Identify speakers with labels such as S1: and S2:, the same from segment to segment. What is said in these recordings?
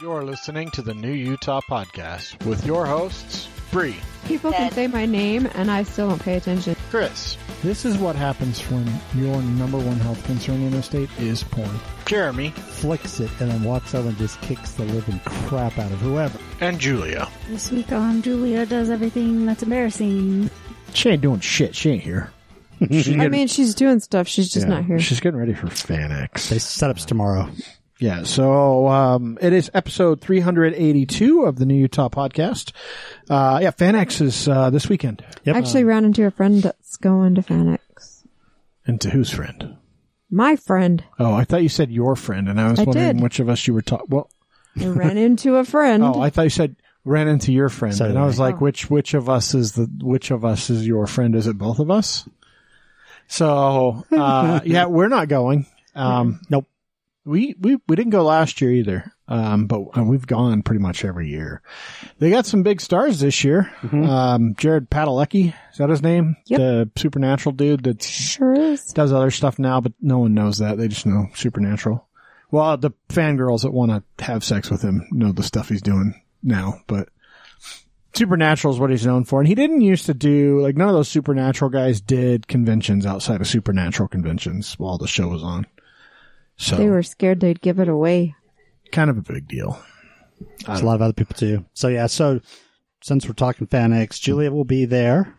S1: You're listening to the New Utah Podcast with your hosts, Bree,
S2: People can say my name and I still don't pay attention.
S1: Chris,
S3: This is what happens when your number one health concern in the state is porn.
S1: Jeremy,
S4: flicks it and then walks over and just kicks the living crap out of whoever.
S1: and Julia.
S5: This week on Julia does everything that's embarrassing.
S4: She ain't doing shit. She ain't here.
S2: I mean, she's doing stuff. She's just not here.
S1: She's getting ready for Fanex.
S4: They set ups tomorrow.
S3: Yeah, so um, it is episode 382 of the New Utah Podcast. Uh, yeah, FanX is uh, this weekend.
S4: Yep.
S2: Actually, ran into a friend that's going to Fanex.
S3: And to whose friend?
S2: My friend.
S3: Oh, I thought you said your friend, and I was
S2: I
S3: wondering
S2: did.
S3: which of us you were talking. Well,
S2: I ran into a friend. Oh.
S3: oh, I thought you said ran into your friend,
S4: So
S3: and
S4: did
S3: I was
S4: I.
S3: like, which which of us is the which of us is your friend? Is it both of us? So uh, yeah, we're not going. Um,
S4: Nope.
S3: we we we didn't go last year either. Um, but uh, we've gone pretty much every year. They got some big stars this year. Um, Jared Padalecki is that his name?
S2: Yep.
S3: The supernatural dude that
S2: sure is.
S3: does other stuff now, but no one knows that. They just know supernatural. Well, the fangirls that want to have sex with him know the stuff he's doing now, but supernatural is what he's known for. And he didn't used to do like none of those supernatural guys did conventions outside of supernatural conventions while the show was on. So
S2: They were scared they'd give it away.
S3: kind of a big deal.
S4: There's a lot of other people too. So yeah, so since we're talking FanX, Julia will be there.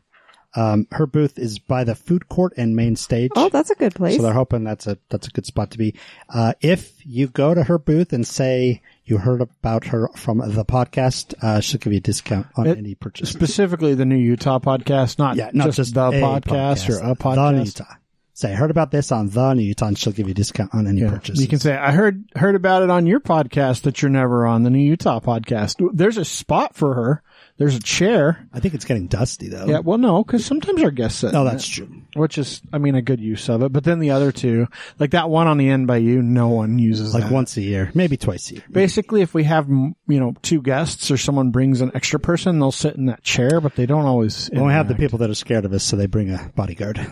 S4: Um, her booth is by the food court and main stage.
S2: Oh, that's a good place.
S4: so they're hoping that's a that's a good spot to be. Uh, if you go to her booth and say you heard about her from the podcast, uh, she'll give you a discount on
S3: It-
S4: any purchase.
S3: Specifically the new Utah podcast, not,
S4: Yeah, not just,
S3: the
S4: a
S3: podcast, or a
S4: The New
S3: podcast.
S4: Utah. Say, I heard about this on the New Utah, and she'll give you a discount on any
S3: Yeah.
S4: purchase.
S3: You can say, I heard heard about it on your podcast that you're never on, the new Utah podcast. There's a spot for her. There's a chair.
S4: I think it's getting dusty though.
S3: Yeah, well, no, because sometimes our guests sit.
S4: No,
S3: in
S4: that's
S3: it,
S4: true.
S3: which is, I mean, a good use of it. But then the other two, like that one on the end by you, no one uses.
S4: Like
S3: that.
S4: once a year, maybe twice a year.
S3: Basically, if we have mm, you know two guests or someone brings an extra person, they'll sit in that chair, but they don't always.
S4: We don't have the
S3: interact.
S4: people that are scared of us, so they bring a bodyguard.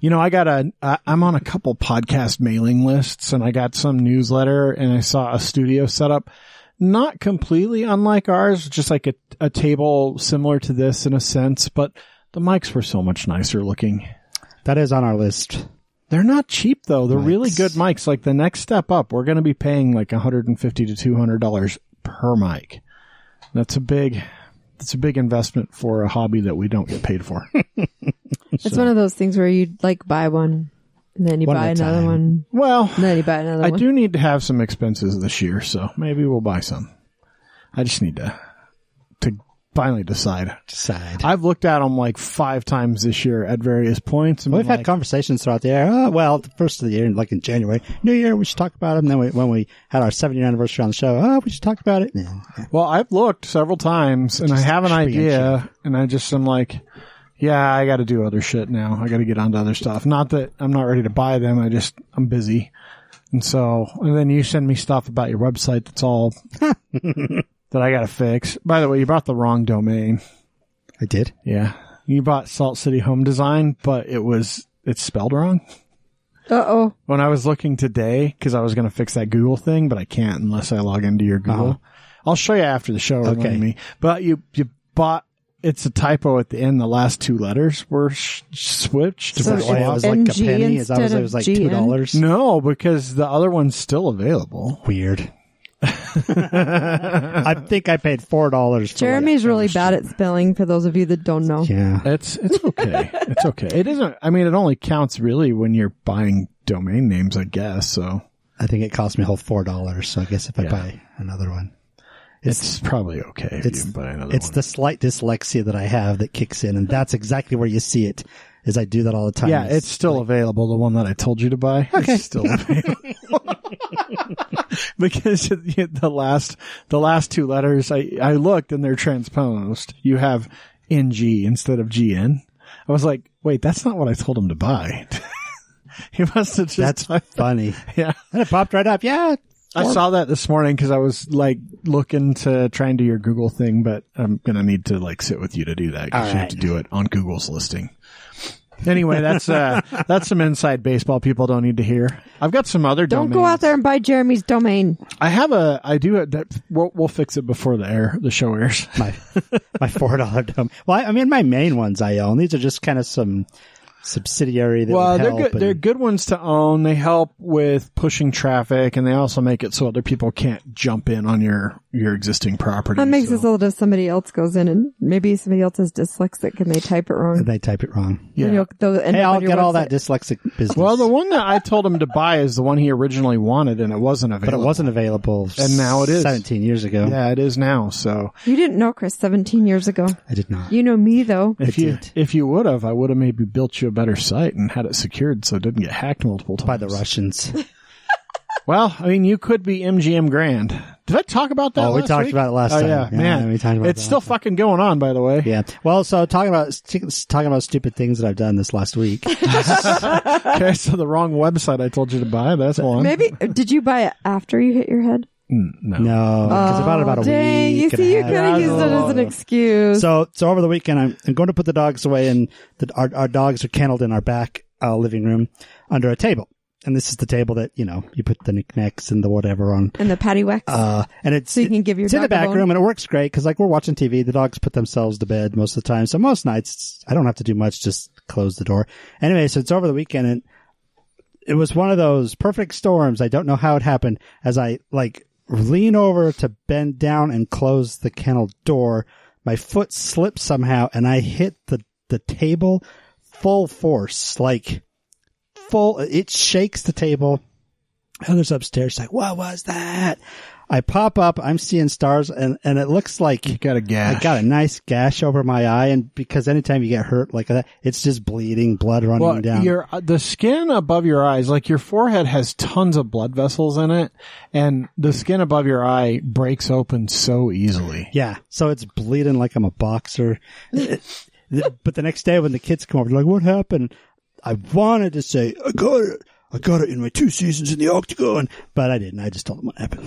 S3: You know, I got a, I, I'm on a couple podcast mailing lists and I got some newsletter and I saw a studio set up, not completely unlike ours, just like a, a table similar to this in a sense, but the mics were so much nicer looking.
S4: That is on our list.
S3: They're not cheap though. They're really
S4: Mics.
S3: good mics. Like the next step up, we're going to be paying like 150 to 200 dollars per mic. That's a big, that's a big investment for a hobby that we don't get paid for.
S2: it's one of those things where you like buy one and then you
S4: uh, One
S2: buy
S4: at a
S2: another
S4: time.
S2: one.
S3: well,
S2: And then you buy another
S3: I
S2: one.
S3: do need to have some expenses this year, so maybe we'll buy some. I just need to to finally decide.
S4: Decide.
S3: I've looked at them like five times this year at various points. And
S4: We've
S3: been
S4: had
S3: like,
S4: conversations throughout the year. Oh, well, the first of the year, like in January, New Year, we should talk about it. And then we, when we had our seven year anniversary on the show, oh, we should talk about it. Yeah.
S3: well, I've looked several times, and I
S4: Just
S3: have an
S4: should be in
S3: idea, and I just am like, yeah, I got to do other shit now. I got to get onto other stuff. Not that I'm not ready to buy them. I just I'm busy, and so and then you send me stuff about your website that's all that I got to fix. By the way, you bought the wrong domain.
S4: I did.
S3: Yeah. You bought Salt City Home Design, but it was, it's spelled wrong.
S2: Uh oh.
S3: When I was looking today, cause I was going to fix that Google thing, but I can't unless I log into your Google.
S4: Uh-huh.
S3: I'll show you after the show.
S4: Okay.
S3: Remind me. But you, you bought, it's a typo at the end. The last two letters were sh- switched.
S2: So
S3: were
S2: it's
S4: Is that why it
S3: swapped.
S4: was like a
S2: NG
S4: penny? Is that was,
S2: instead
S4: it
S2: of
S4: was like
S2: GN?
S4: $2?
S3: no, because the other one's still available.
S4: Weird. I think I paid four dollars. for
S2: Jeremy's
S4: like-
S2: really bad at spelling for those of you that don't know.
S4: Yeah,
S3: It's, it's okay. it's okay. It isn't, I mean, it only counts really when you're buying domain names, I guess. So
S4: I think it cost me a whole four dollars. So I guess if I
S3: Yeah.
S4: buy another one,
S3: it's, probably okay if
S4: it's-
S3: you buy another
S4: it's
S3: one.
S4: the slight dyslexia that I have that kicks in, and that's exactly where you see it. Is I do that all the time.
S3: Yeah, it's still available. The one that I told you to buy. Okay. It's still available. because the last, the last two letters, I, I looked and they're transposed. You have NG instead of GN. I was like, wait, that's not what I told him to buy. he must have just,
S4: that's funny,
S3: yeah.
S4: and it popped right up. Yeah,
S3: I saw that this morning because I was like looking to try and do your Google thing, but I'm going to need to like sit with you to do that 'cause
S4: All
S3: you have
S4: right.
S3: to do it on Google's listing. Anyway, that's uh, that's some inside baseball people don't need to hear. I've got some other.
S2: Don't go
S3: domains.
S2: out there and buy Jeremy's domain.
S3: I have a. I do. That, we'll, we'll fix it before the air. The show airs.
S4: my my four dollar dome. Well, I, I mean, my main ones I own. These are just kind of some subsidiary that
S3: Well,
S4: would
S3: they're
S4: help.
S3: good.
S4: and-
S3: They're good ones to own. They help with pushing traffic, and they also make it so other people can't jump in on your your existing property.
S2: That makes
S3: so-
S2: it so that if somebody else goes in and maybe somebody else is dyslexic and they type it wrong.
S4: They type it wrong.
S2: And you'll- they'll end
S4: Hey,
S2: up on
S4: I'll
S2: your
S4: get all
S2: website.
S4: that dyslexic business.
S3: Well, the one that I told him to buy is the one he originally wanted, and it wasn't
S4: but it
S3: available.
S4: wasn't available.
S3: And now it is.
S4: Seventeen years ago,
S3: Yeah, it is now. So
S2: You didn't know Chris 17 years ago.
S4: I did not.
S2: You know me though.
S3: if
S4: I
S3: you
S4: did.
S3: if you would have, I would have maybe built you a better site and had it secured so it didn't get hacked multiple times
S4: By the Russians.
S3: Well, I mean, you could be MGM Grand. Did I talk about that?
S4: Oh, we
S3: last
S4: talked
S3: week?
S4: about it last
S3: oh,
S4: time.
S3: Yeah,
S4: Yeah,
S3: man,
S4: we talked about
S3: it's
S4: that
S3: still
S4: last
S3: fucking going on, by the way.
S4: yeah. Well, so talking about talking about stupid things that I've done this last week.
S3: Okay, so the wrong website I told you to buy. That's one.
S2: Maybe did you buy it after you hit your head?
S3: no.
S4: No, because about about a
S2: Oh, dang,
S4: week.
S2: you
S4: and
S2: see,
S4: a
S2: you
S4: half.
S2: could have used it as an excuse.
S4: So, so over the weekend, I'm, I'm going to put the dogs away, and the, our our dogs are kenneled in our back uh, living room under a table. And this is the table that you know you put the knickknacks and the whatever on.
S2: and the patty wax.
S4: Uh, and it's
S2: So you can give your
S4: it's in the
S2: dog a
S4: back
S2: bone.
S4: room, and it works great because like we're watching TV, the dogs put themselves to bed most of the time. So most nights, it's- I don't have to do much; just close the door. Anyway, so it's over the weekend, and it was one of those perfect storms. I don't know how it happened. As I like lean over to bend down and close the kennel door, my foot slipped somehow, and I hit the the table full force, like full. It shakes the table. Heather's upstairs. She's like, "What was that?" I pop up. I'm seeing stars, and and it looks like
S3: You got a gash.
S4: I got a nice gash over my eye, and because anytime you get hurt like that, it's just bleeding, blood running
S3: Well,
S4: down.
S3: your uh, the skin above your eyes, like your forehead, has tons of blood vessels in it, and the skin above your eye breaks open so easily.
S4: Yeah. So it's bleeding like I'm a boxer. but the next day when the kids come over, they're like, what happened? I wanted to say, I got it. I got it in my two seasons in the octagon, but I didn't. I just told them what happened.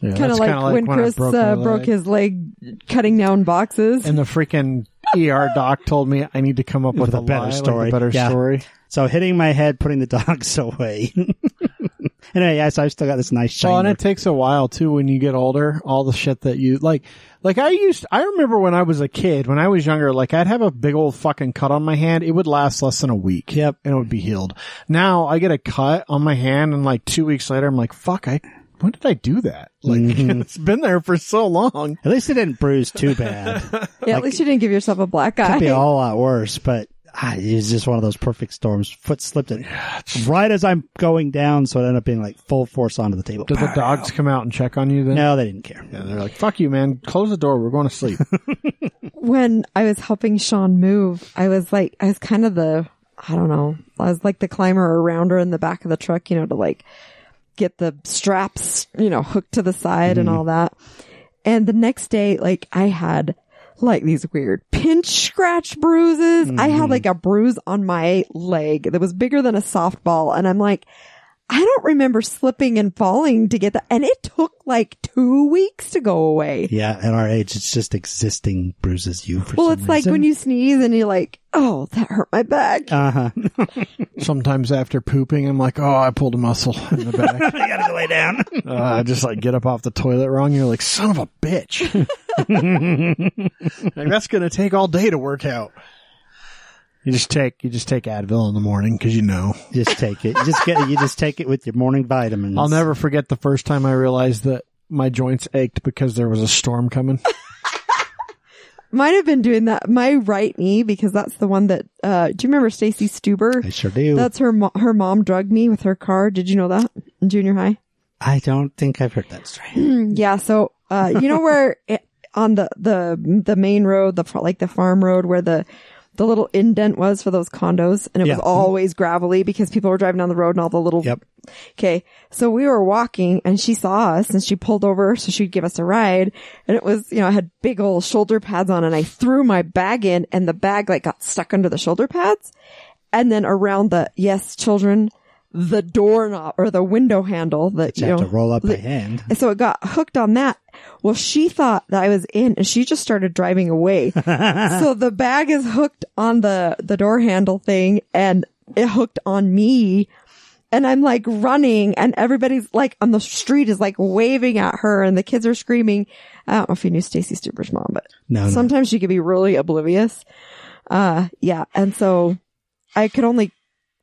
S3: Yeah,
S2: kind
S3: that's
S2: of like,
S3: kinda
S2: when
S3: I
S2: Chris
S3: broke,
S2: uh,
S3: my
S2: broke
S3: leg.
S2: his leg cutting down boxes.
S3: and the freaking ER doc told me I need to come up with,
S4: With a better
S3: lie, like,
S4: story.
S3: a better
S4: Yeah.
S3: story.
S4: So hitting my head, putting the dogs away. anyway, yeah, so I've still got this nice shiny.
S3: Well, and it takes a while too when you get older. All the shit that you like, like I used. I remember when I was a kid, when I was younger, like I'd have a big old fucking cut on my hand. It would last less than a week.
S4: Yep.
S3: and it would be healed. Now I get a cut on my hand, and like two weeks later, I'm like, fuck, I. When did I do that? Like it's been there for so long.
S4: At least it didn't bruise too bad.
S2: yeah, at least you didn't give yourself a black eye.
S4: Could be a whole lot worse, but ah, it was just one of those perfect storms. Foot slipped it right as I'm going down, so it ended up being like full force onto the table.
S3: Did the dogs come out and check on you then?
S4: No, they didn't care.
S3: Yeah, they're like, fuck you, man. Close the door. We're going to sleep.
S2: when I was helping Sean move, I was like, I was kind of the, I don't know, I was like the climber around her in the back of the truck, you know, to like get the straps, you know, hooked to the side and all that. And the next day, like I had like these weird pinch scratch bruises. I had like a bruise on my leg that was bigger than a softball. And I'm like, I don't remember slipping and falling to get that. And it took like two weeks to go away.
S4: Yeah, at our age, it's just existing bruises you. For
S2: Well, it's like when you sneeze and you're like, "Oh, that hurt my back."
S4: Uh huh. you
S3: Sometimes after pooping, I'm like, oh, I pulled a muscle in the back.
S4: gotta go lay down.
S3: Uh, I just like get up off the toilet wrong. You're like, son of a bitch. like that's gonna take all day to work out. You just take you just take Advil in the morning because you know.
S4: just take it. You just get. You just take it with your morning vitamins.
S3: I'll never forget the first time I realized that my joints ached because there was a storm coming.
S2: Might have been doing that. My right knee, because that's the one that. Uh, do you remember Stacy Stuber?
S4: I sure do.
S2: That's her. Mo- her mom drugged me with her car. Did you know that in junior high?
S4: I don't think I've heard that story.
S2: Mm, Yeah. So, uh, you know where it, on the the the main road, the fa- like the farm road where the the little indent was for those condos, and it
S4: Yeah. mm-hmm.
S2: was always gravelly because people were driving down the road and all the little
S4: Yep.
S2: Okay. So we were walking and she saw us and she pulled over so she'd give us a ride. And it was, you know, I had big old shoulder pads on and I threw my bag in and the bag like got stuck under the shoulder pads and then around the, yes, children, the doorknob or the window handle that
S4: You
S2: you
S4: have to
S2: know,
S4: roll up
S2: the-
S4: my hand.
S2: and so it got hooked on that. Well, she thought that I was in and she just started driving away. so the bag is hooked on the, the door handle thing and it hooked on me. And I'm like running and everybody's like on the street is like waving at her and the kids are screaming. I don't know if you knew Stacy Stuber's mom, but
S4: No, no.
S2: sometimes she could be really oblivious. Uh, yeah. And so I could only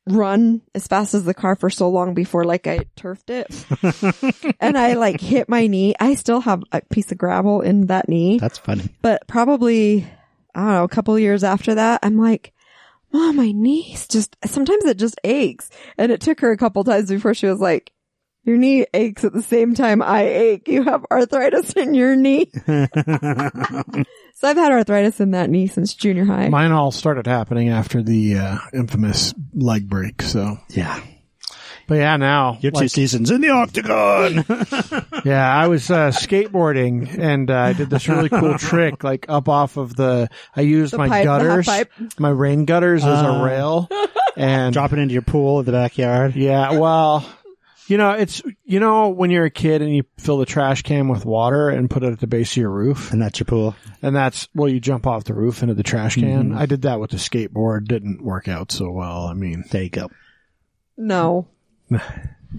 S2: run as fast as the car for so long before like I turfed it and I like hit my knee. I still have a piece of gravel in that knee,
S4: That's funny.
S2: but probably, I don't know, a couple of years after that, I'm like, mom, my knee's just, sometimes it just aches. And it took her a couple times before she was like, your knee aches at the same time I ache. You have arthritis in your knee. so I've had arthritis in that knee since junior high.
S3: Mine all started happening after the uh, infamous leg break. So,
S4: Yeah.
S3: but yeah, now
S4: Your two seasons in the octagon.
S3: Yeah, I was uh, skateboarding and uh, I did this really cool trick, like up off of the. I used
S2: The
S3: my
S2: pipe, the half
S3: gutters,
S2: pipe.
S3: my rain gutters as a rail, and
S4: Drop it into your pool in the backyard.
S3: yeah, well, you know, it's you know when you're a kid and you fill the trash can with water and put it at the base of your roof,
S4: And that's your pool.
S3: and that's well, you jump off the roof into the trash can. I did that with the skateboard, didn't work out so well. I mean,
S4: There you go.
S2: No.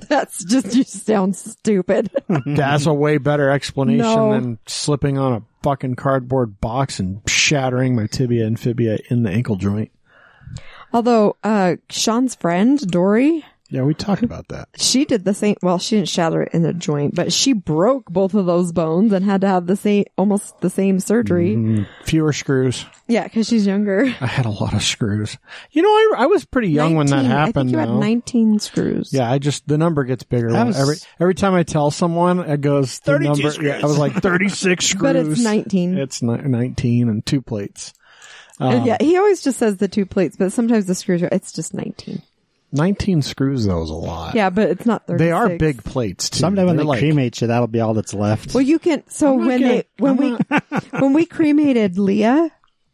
S2: That's just, you sound stupid.
S3: that's a way better explanation
S2: No.
S3: than slipping on a fucking cardboard box and shattering my tibia and fibia in the ankle joint.
S2: Although, uh, Sean's friend, Dory,
S3: Yeah, we talked about that.
S2: she did the same. Well, she didn't shatter it in a joint, but she broke both of those bones and had to have the same, almost the same surgery.
S3: Mm-hmm. Fewer screws.
S2: Yeah, because she's younger.
S3: I had a lot of screws. You know, I, I was pretty young when that
S2: 19.
S3: happened.
S2: I think you
S3: though.
S2: had 19 screws.
S3: Yeah, I just the number gets bigger
S4: I was-
S3: every every time I tell someone it goes the
S4: 32
S3: number.
S4: screws.
S3: yeah, I was like thirty six screws,
S2: But it's 19.
S3: It's um, ni- nineteen and two plates.
S2: And yeah, he always just says the two plates, but sometimes the screws are, it's just 19.
S3: Nineteen screws though is a lot.
S2: Yeah, but it's not 36.
S3: they are big plates too.
S4: Someday when
S3: They're
S4: they cremate you, that'll be all that's left.
S2: Well, you can, so
S3: gonna-
S2: when they, when we, when we cremated Leah,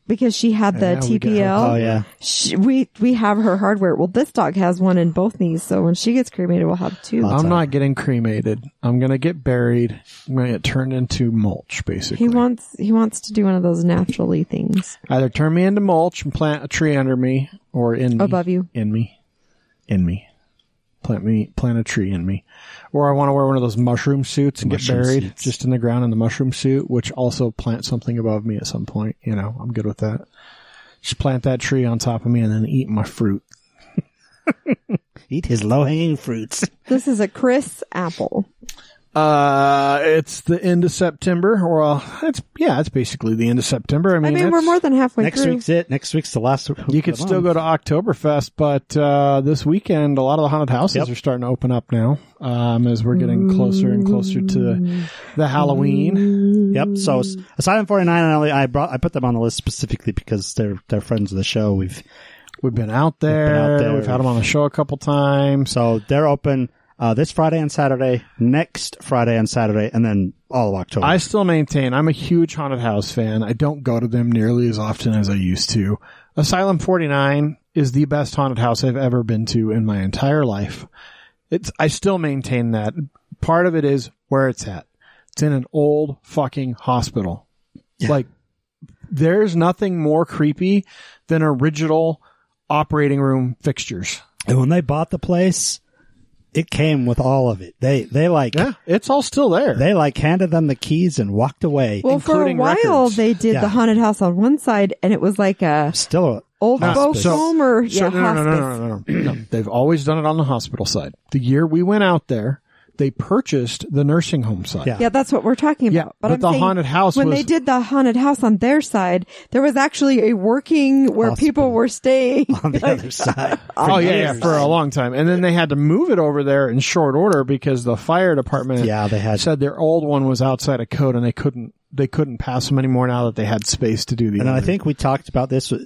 S2: because she had the
S3: Yeah, we got her.
S2: TPL.
S4: oh, yeah.
S2: She, we, we have her hardware. Well, this dog has one in both knees. So when she gets cremated, we'll have two.
S3: I'm not getting cremated. I'm gonna get buried. I'm gonna get turned into mulch, basically.
S2: He wants he wants to do one of those naturally things.
S3: Either turn me into mulch and plant a tree under me, or in me.
S2: Above you.
S3: in me, in me, plant me, plant a tree in me, or I want to wear one of those mushroom suits and
S4: Mushroom
S3: get buried
S4: suits.
S3: just in the ground in the mushroom suit, which also plant something above me at some point. You know, I'm good with that. Just plant that tree on top of me and then eat my fruit.
S4: Eat his low hanging fruits.
S2: This is a Chris apple.
S3: Uh, it's the end of September, or uh, it's yeah, it's basically the end of September. I
S2: I
S3: mean,
S2: mean,
S3: it's-
S2: we're more than halfway
S4: Next
S2: through.
S4: week's it. Next week's the last.
S3: you could still go to Oktoberfest, but uh, this weekend a lot of the haunted houses
S4: Yep.
S3: are starting to open up now um, as we're getting closer and closer to the
S4: Mm.
S3: Halloween.
S4: Yep. So s- Asylum 49, I, only, I brought, I put them on the list specifically because they're, they're friends of the show. We've,
S3: We've been out there. We've,
S4: out there.
S3: had them on the show a couple times.
S4: so they're open, uh, this Friday and Saturday, next Friday and Saturday, and then all of October.
S3: I still maintain I'm a huge haunted house fan. I don't go to them nearly as often as I used to. Asylum 49 is the best haunted house I've ever been to in my entire life. It's I still maintain that. Part of it is where it's at. It's in an old fucking hospital. Like there's nothing more creepy than original operating room fixtures.
S4: and when they bought the place, it came with all of it. They, they like,
S3: Yeah, it's all still there.
S4: they like handed them the keys and walked away.
S2: Well, for a
S3: including
S2: while
S3: records.
S2: they did
S4: Yeah.
S2: the haunted house on one side, and it was like a
S4: still,
S2: old
S4: No,
S2: folks
S4: so-
S2: home or
S3: So,
S2: yeah,
S3: no, no, no,
S2: hospice.
S3: no, no, no, no, no. They've always done it on the hospital side. The year we went out there, they purchased the nursing home side.
S4: Yeah.
S2: Yeah, that's what we're talking
S3: Yeah,
S2: about.
S3: but
S2: I'm
S3: the
S2: saying
S3: haunted house
S2: when
S3: was-
S2: they did the haunted house on their side, there was actually a working where people were staying.
S4: on the other side.
S3: Oh yeah, yeah,
S4: years.
S3: for a long time, and then they had to move it over there in short order because the fire department,
S4: Yeah, they had-
S3: said their old one was outside of code and they couldn't they couldn't pass them anymore now that they had space to do the.
S4: And then I
S3: other.
S4: think we talked about this uh,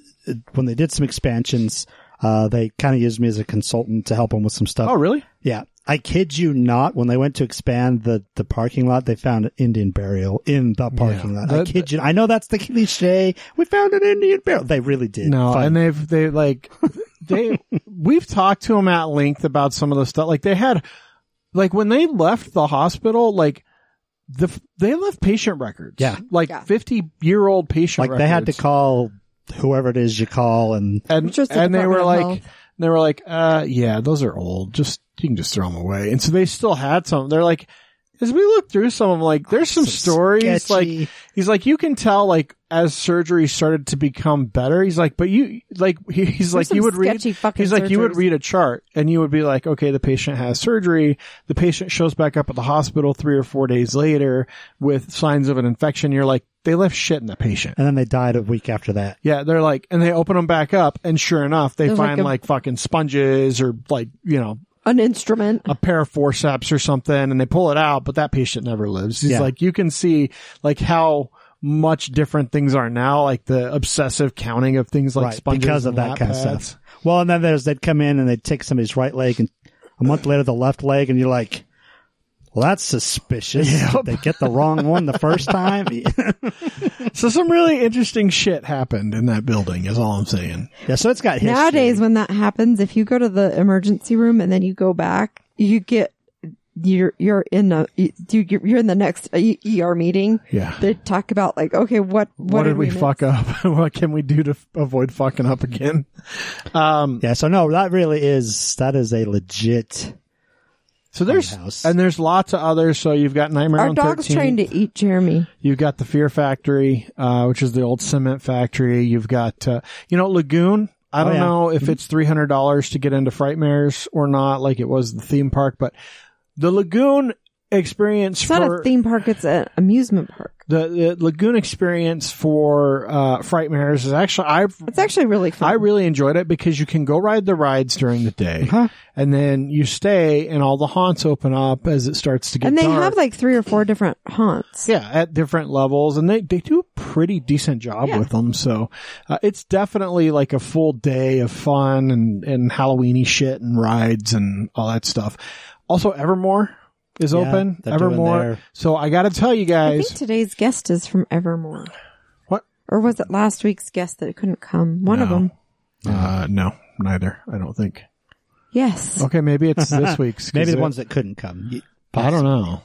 S4: when they did some expansions. Uh, they kind of used me as a consultant to help them with some stuff.
S3: oh really?
S4: Yeah. I kid you not. When they went to expand the, the parking lot, they found an Indian burial in the parking lot. I
S3: That-
S4: kid you. I know that's the cliche. We found an Indian burial. They really did.
S3: No,
S4: Fine.
S3: and they've they like they we've talked to them at length about some of the stuff. Like they had, like when they left the hospital, like the they left patient records.
S4: Yeah.
S3: like
S2: Yeah.
S3: fifty year old patient.
S4: Like they had to
S3: records.
S4: call whoever it is you call and
S3: and
S2: Which was the
S3: and they were
S2: Department of
S3: like they were like uh yeah those are old just you can just throw them away and so they still had some they're like as we look through some of them like there's some, stories like
S4: sketchy.
S3: he's like you can tell like as surgery started to become better he's like but you like he- he's like
S2: some
S3: you would read
S2: sketchy fucking
S3: he's like you would
S2: surgeries.
S3: read a chart and you would be like okay the patient has surgery the patient shows back up at the hospital 3 or 4 days later with signs of an infection you're like they left shit in the patient
S4: and then they died a week after that.
S3: yeah, they're like, and they open them back up, and sure enough, they
S2: There's like
S3: find
S2: a-
S3: like, fucking sponges or like you know
S2: an instrument.
S3: a pair of forceps or something, and they pull it out, but that patient never lives. He's
S4: Yeah.
S3: like, you can see like how much different things are now, like the obsessive counting of things like sponges
S4: because of
S3: and
S4: that
S3: lap
S4: kind of
S3: pads.
S4: stuff. Well, and then there's they'd come in and they'd take somebody's right leg, and a month later the left leg, and you're like, "Well, that's suspicious. Did they get the wrong one the first time." yeah,
S3: So some really interesting shit happened in that building. Is all I'm saying.
S4: so it's got history.
S2: Nowadays, when that happens, if you go to the emergency room and then you go back, you get you're you're in a you- you're in the next E- ER meeting.
S3: Yeah.
S2: They talk about like, okay, what
S3: What,
S2: what,
S3: did we
S2: miss?
S3: fuck up? what can we do to f- avoid fucking up again? Um,
S4: yeah, so no, that really is that is a legit.
S3: so there's
S4: House.
S3: and there's lots of others. So you've got Nightmare
S2: Our
S3: on
S2: dog's
S3: 13th.
S2: trying to eat Jeremy.
S3: You've got the Fear Factory, uh, which is the old cement factory. You've got, uh, you know, Lagoon. I
S4: Oh,
S3: don't
S4: yeah.
S3: know if it's three hundred dollars to get into Frightmares or not, like it was the theme park, but the Lagoon experience
S2: It's
S3: for
S2: not a theme park; it's an amusement park.
S3: The, the Lagoon experience for uh, Frightmares is actually I've
S2: It's actually really fun.
S3: I really enjoyed it because you can go ride the rides during the day,
S4: Uh-huh.
S3: and then you stay, and all the haunts open up as it starts to get
S2: and they
S3: dark.
S2: have like three or four different haunts.
S3: Yeah, at different levels, and they, they do a pretty decent job with them. So uh, it's definitely like a full day of fun and and Halloweeny shit and rides and all that stuff. Also, Evermore is
S4: Yeah,
S3: open.
S4: they're doing
S3: Evermore.
S4: their-
S3: So I got to tell you
S2: I
S3: guys,
S2: think today's guest is from Evermore.
S3: What?
S2: Or was it last week's guest that couldn't come? One of
S3: No.
S2: them.
S3: uh, no, neither. I don't think.
S2: Yes.
S3: Okay, maybe it's this week's. 'cause
S4: Maybe the
S3: it-
S4: ones that couldn't come.
S3: I don't know.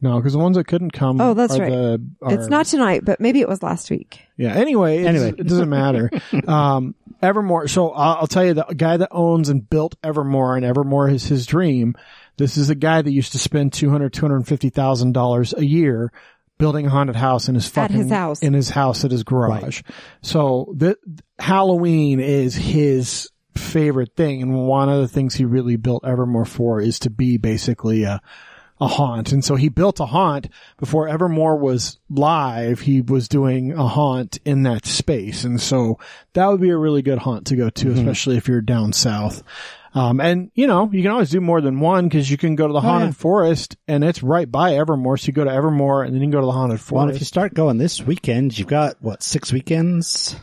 S3: No, because the ones that couldn't come.
S2: Oh, that's
S3: are
S2: right.
S3: The, are,
S2: It's not tonight, but maybe it was last week.
S3: Yeah. Anyway, it's,
S4: Anyway.
S3: it doesn't matter. um, Evermore. So I'll, I'll tell you the guy that owns and built Evermore and Evermore is his dream. This is a guy that used to spend two hundred, two hundred fifty thousand dollars a year building a haunted house in his
S2: At
S3: fucking
S2: his house.
S3: in his house at his garage. So the Halloween is his favorite thing, and one of the things he really built Evermore for is to be basically a a haunt. And so he built a haunt before Evermore was live. He was doing a haunt in that space. And so that would be a really good haunt to go to,
S4: Mm-hmm.
S3: especially if you're down south. Um, and you know, you can always do more than one because you can go to the haunted
S4: Oh, yeah.
S3: forest and it's right by Evermore. So you go to Evermore and then you can go to the haunted forest.
S4: Well, if you start going this weekend, you've got what six weekends?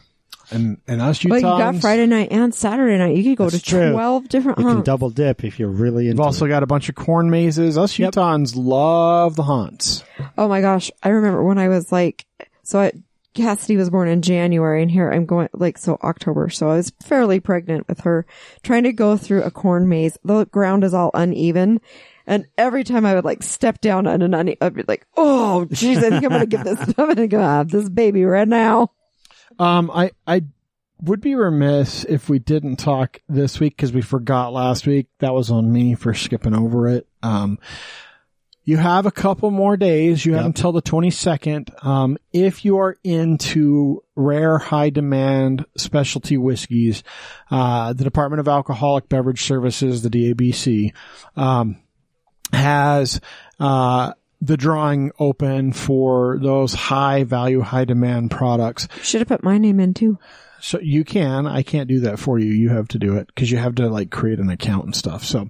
S3: and, and us
S2: But
S3: Utahns,
S2: you got Friday night and Saturday night. You could go
S4: That's
S2: to
S4: true.
S2: 12 different
S4: You can
S2: haunts.
S4: double dip if you're really into.
S3: we've also
S4: it.
S3: got a bunch of corn mazes. Us Utahns love the haunts.
S2: Oh my gosh. I remember when I was like, so I, Cassidy was born in January and here I'm going like, so October. So I was fairly pregnant with her trying to go through a corn maze. The ground is all uneven. And every time I would like step down on an onion, I'd be like, oh, jeez, I think I'm going to get this, I'm going to have this baby right now.
S3: Um, I I would be remiss if we didn't talk this week because we forgot last week. That was on me for skipping over it. Um, you have a couple more days. You have
S4: Yep.
S3: until the twenty second. Um, if you are into rare, high demand specialty whiskeys, uh, the Department of Alcoholic Beverage Services, the DABC, um, has uh, the drawing open for those high value, high demand products.
S2: Should have put my name in too.
S3: So you can. I can't do that for you. You have to do it because you have to like create an account and stuff. So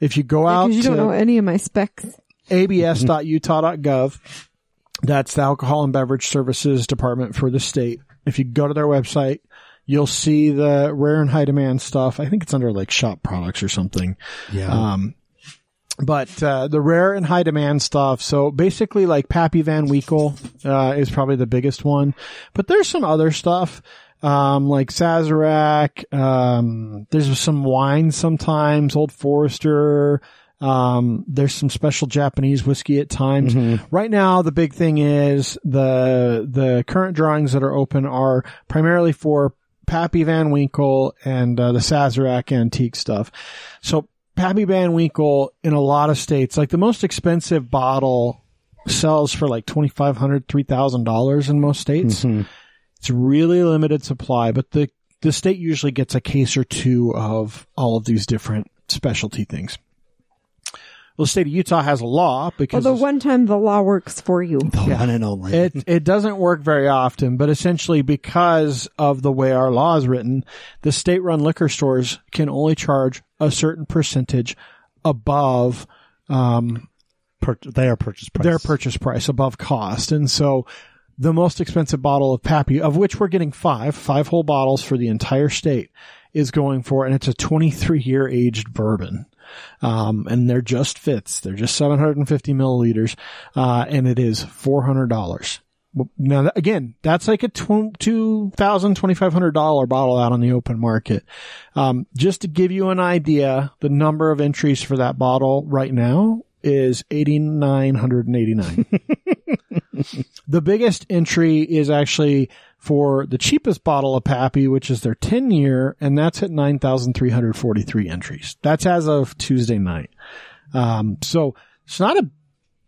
S3: if you go out
S2: Because you don't know
S3: to
S2: any of my specs.
S3: abs.utah.gov, that's the Alcohol and Beverage Services Department for the state. If you go to their website, you'll see the rare and high demand stuff. I think it's under like shop products or something.
S4: yeah.
S3: Um, but uh, the rare and high demand stuff. So basically, like Pappy Van Winkle uh, is probably the biggest one, but there's some other stuff. um, like Sazerac. Um, there's some wine sometimes, Old Forester. Um, there's some special Japanese whiskey at times. Right now, the big thing is the the current drawings that are open are primarily for Pappy Van Winkle and uh, the Sazerac antique stuff. So Pappy Van Winkle in a lot of states, like the most expensive bottle sells for like $2,500, $3,000 in most states. It's really limited supply, but the, the state usually gets a case or two of all of these different specialty things. Well, the state of Utah has a law because
S2: Although
S3: it's-
S2: one time the law works for you.
S4: The one and only.
S3: it it doesn't work very often, but essentially because of the way our law is written, the state run liquor stores can only charge a certain percentage above um,
S4: Pur- they are purchase price.
S3: their purchase price, above cost. And so the most expensive bottle of Pappy, of which we're getting five, five whole bottles for the entire state, is going for, and it's a 23 year aged bourbon. Um, and they're just fifths. They're just 750 milliliters. Uh, and it is $400. Now, that- again, that's like a tw- $2,000, $2,500 bottle out on the open market. Um, just to give you an idea, the number of entries for that bottle right now is 8,989. the biggest entry is actually for the cheapest bottle of Pappy, which is their 10 year, and that's at 9,343 entries. That's as of Tuesday night. Um, so it's not a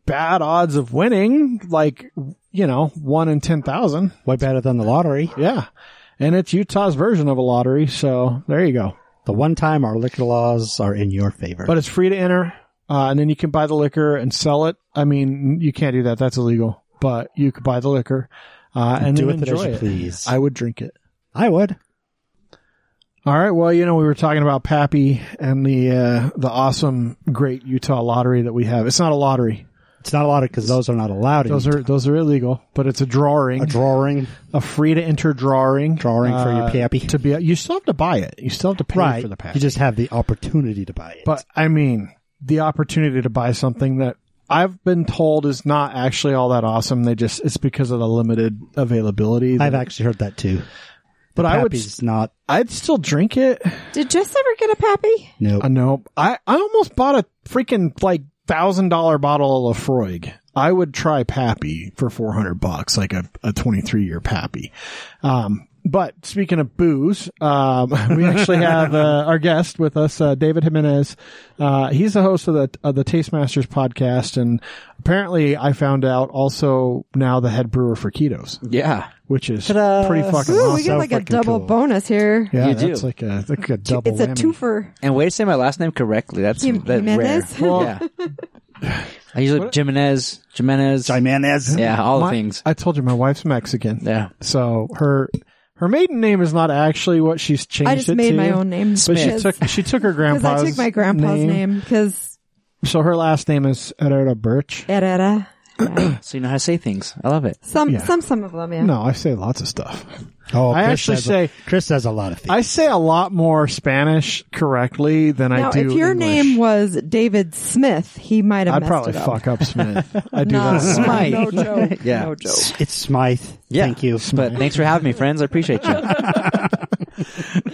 S3: bad odds of winning, like, you know, one in 10,000.
S4: Way better than the lottery.
S3: Yeah. And it's Utah's version of a lottery. So there you go.
S4: The one time our liquor laws are in your favor.
S3: But it's free to enter, uh, and then you can buy the liquor and sell it. I mean, you can't do that; that's illegal. But you could buy the liquor uh, and
S4: do
S3: then
S4: with it as
S3: enjoy
S4: you please.
S3: I would drink it.
S4: I would.
S3: All right. Well, you know, we were talking about Pappy and the uh, the awesome, great Utah lottery that we have. It's not a lottery;
S4: It's not a lottery because those are not allowed. in
S3: those are those are illegal. But it's a drawing,
S4: a drawing,
S3: a free to enter drawing,
S4: drawing for your
S3: uh,
S4: pappy.
S3: To be, you still have to buy it. You still have to pay
S4: right.
S3: for the pappy.
S4: You just have the opportunity to buy it.
S3: But I mean, the opportunity to buy something that I've been told is not actually all that awesome. They just it's because of the limited availability.
S4: I've
S3: that-
S4: actually heard that too.
S3: but I would
S4: Pappy's not.
S3: I'd still drink it.
S2: Did Jess ever get a pappy?
S4: No.
S3: I know. I I almost bought a freaking like thousand dollar bottle of Lafroig. I would try Pappy for four hundred bucks, like a a twenty three year Pappy. Um, but speaking of booze, um, we actually have uh, our guest with us, uh, David Jimenez. Uh, he's the host of the of the Tastemasters podcast, and apparently, I found out also now the head brewer for Ketos,
S6: Yeah.
S3: which is
S6: Ta-da.
S3: pretty fucking
S2: Ooh, we
S3: awesome.
S2: get like a
S4: fucking
S2: double
S4: cool.
S2: bonus here.
S3: Yeah,
S6: You do.
S3: that's like a, like a double.
S2: it's a
S3: whammy.
S2: twofer.
S6: And way to say my last name correctly. That's
S2: Jim-
S6: that rare.
S2: Jimenez?
S6: yeah. I usually Jimenez, Jimenez,
S4: Jimenez.
S6: yeah, all
S3: My-
S6: the things.
S3: I told you my wife's Mexican.
S6: Yeah.
S3: So her her maiden name is not actually what she's changed
S2: I just
S3: it
S2: made
S3: to,
S2: my own name.
S3: But she took she took her
S2: Because I
S3: grandpa's
S2: took my grandpa's name because
S3: So her last name is Herrera Birch.
S2: Herrera. Yeah.
S6: So you know how to say things. I love it.
S2: Some,
S3: Yeah.
S2: some, some of them, yeah.
S3: No, I say lots of stuff.
S4: Oh,
S3: I
S4: Chris
S3: actually
S4: says
S3: say-
S4: a, Chris says a lot of things.
S3: I say a lot more Spanish correctly than
S2: now,
S3: I do.
S2: if your
S3: English.
S2: name was David Smith, he might have
S3: I'd
S2: messed
S3: probably
S2: it up.
S3: fuck up Smith. I do
S2: No,
S3: that. a lot.
S6: Smite.
S2: no joke.
S6: Yeah.
S2: No joke.
S4: it's Smythe.
S6: Yeah.
S4: Thank you.
S6: But thanks for having me, friends. I appreciate you.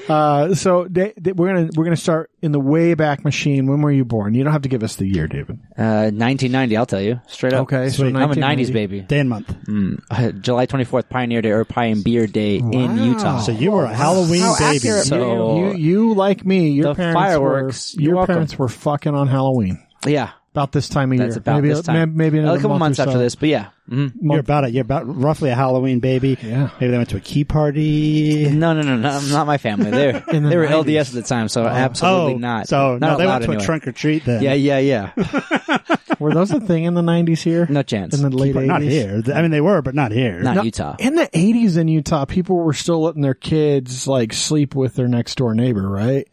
S3: Uh, so da- da- we're gonna we're gonna start in the way back machine. When were you born? You don't have to give us the year, David.
S6: Uh, 1990, I'll tell you straight up.
S3: Okay, so
S6: I'm a
S3: 1990.
S6: 90s baby.
S4: Day and month.
S6: Mm, uh, July 24th, Pioneer Day or Pioneer Day in Utah.
S4: So you were a Halloween
S2: How
S4: baby.
S2: accurate.
S6: So-
S3: you you like me? Your
S6: The
S3: parents
S6: fireworks.
S3: Were,
S6: You're
S3: your
S6: welcome.
S3: parents were fucking on Halloween.
S6: yeah,
S3: About this time of
S6: that's
S3: year.
S6: about
S3: maybe,
S6: this time.
S3: Maybe another
S6: a couple
S3: month
S6: months
S3: or
S6: after
S3: so.
S6: this, but yeah. hmm
S4: You're about a you're about roughly a Halloween baby.
S3: Yeah.
S4: Maybe they went to a key party.
S6: No, no, no, no, not my family. They were,
S3: the
S6: they were
S3: 90s.
S6: LDS at the time, so absolutely
S4: oh,
S6: not.
S4: So
S6: not
S4: no, they
S6: allowed
S4: went to
S6: anyway.
S4: a trunk or treat then.
S6: Yeah, yeah, yeah.
S3: Were those a thing in the nineties here?
S6: No chance.
S3: In the late
S4: But
S3: eighties.
S4: not here. I mean, they were, but not here.
S6: Not Utah.
S3: In the eighties in Utah, people were still letting their kids like sleep with their next door neighbor, right?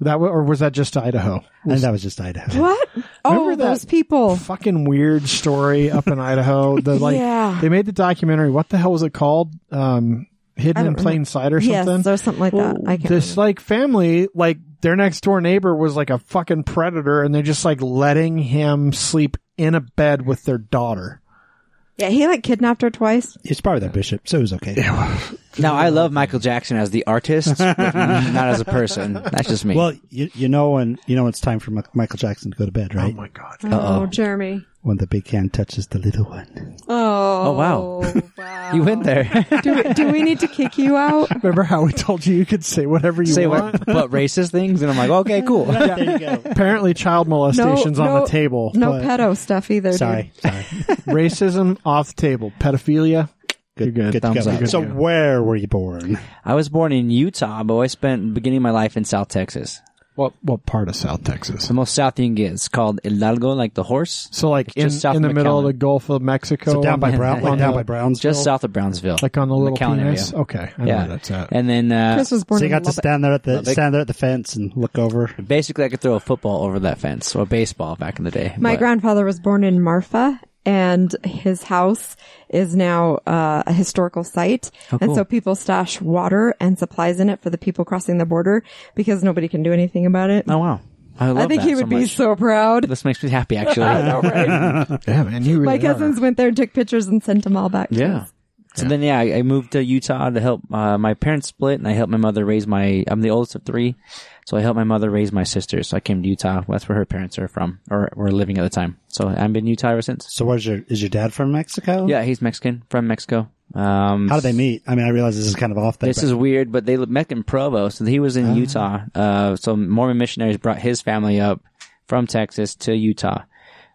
S3: That wa- or was that just Idaho?
S4: and that was just Idaho.
S2: What? Oh,
S3: Remember that
S2: those people.
S3: Fucking weird story up in Idaho. The like
S2: Yeah.
S3: they made the documentary. What the hell was it called? Um, Hidden in
S2: don't
S3: plain sight or
S2: Yes,
S3: something.
S2: or something like that. I can't
S3: this like family like their next door neighbor was like a fucking predator and they're just like letting him sleep in a bed with their daughter
S2: Yeah, he like kidnapped her twice.
S4: He's probably their bishop, so it was okay.
S6: Now I love Michael Jackson as the artist, but not as a person. That's just me.
S4: Well, you, you know when you know it's time for Mi- Michael Jackson to go to bed,
S3: Oh
S4: right?
S3: my god.
S2: Oh, Jeremy.
S4: when the big hand touches the little one.
S2: Oh,
S6: Oh, wow.
S2: wow.
S6: you went there.
S2: do, we, do we need to kick you out?
S3: Remember how we told you you could say whatever you
S6: Say
S3: want?
S6: what? But racist things, and I'm like, okay, cool.
S4: There you go.
S3: Apparently, child molestation's
S2: No,
S3: on
S2: no,
S3: the table.
S2: No
S4: But-
S2: pedo stuff either. dude.
S4: Sorry, sorry.
S3: Racism off the table. Pedophilia.
S4: Good,
S3: You're good.
S4: to
S6: Thumbs
S4: go.
S6: up. Good
S4: So
S3: to go.
S4: where were you born?
S6: I was born in Utah, but I spent the beginning of my life in South Texas.
S3: What what part of South Texas?
S6: The most south you can get. It's called Hidalgo, like the horse.
S3: So like in,
S6: just south
S3: in the
S6: of
S3: middle of
S6: McAllen.
S3: the Gulf of Mexico, uh,
S4: So down by
S3: on-
S4: Brown, like
S3: on
S4: down
S3: the-
S4: by Brownsville.
S6: Just south of Brownsville.
S3: like on the little
S6: McAllen
S3: penis.
S6: area.
S3: Okay, I know
S6: Yeah.
S3: where that's at.
S6: And then uh,
S2: Chris was born
S4: so you
S2: in
S4: got to
S2: Lubbock.
S4: stand there at the
S6: Lubbock.
S4: stand there at the fence and look over.
S6: basically I could throw a football over that fence or baseball back in the day.
S2: My
S6: but-
S2: grandfather was born in Marfa and his house is now uh, a historical site.
S6: Oh,
S2: And so people stash water and supplies in it for the people crossing the border because nobody can do anything about it.
S6: Oh wow. I, love
S2: I think
S6: that
S2: he would
S6: so
S2: be
S6: much.
S2: so proud.
S6: This makes me happy actually.
S3: Yeah, man, you really
S2: My
S3: are.
S2: cousins went there and took pictures and sent them all back. to
S6: Yeah.
S2: us.
S6: So then, yeah, I I moved to Utah to help. Uh, my parents split, and I helped my mother raise my. I'm the oldest of three, so I helped my mother raise my sister. So I came to Utah. That's where her parents are from, or were living at the time. So I've been in Utah ever since.
S4: So where's your is your dad from Mexico?
S6: Yeah, he's Mexican from Mexico. Um,
S4: How did they meet? I mean, I realize this is kind of off. There,
S6: This
S4: but-
S6: is weird, but they met in Provo, so he was in Utah. Uh, so Mormon missionaries brought his family up from Texas to Utah.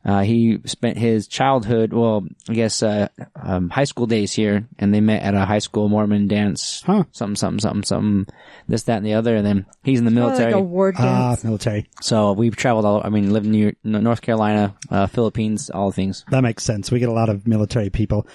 S6: Uh, he spent his childhood, well, I guess, uh, um, high school days here, and they met at a high school Mormon dance,
S4: Huh.
S6: something, something, something, something, this, that, and the other. And then he's in the
S2: Kinda
S6: military,
S2: Like a war
S4: ah
S2: dance.
S4: military.
S6: so we've traveled all. I mean, lived in New York, North Carolina, uh, Philippines, all the things.
S4: That makes sense. We get a lot of military people.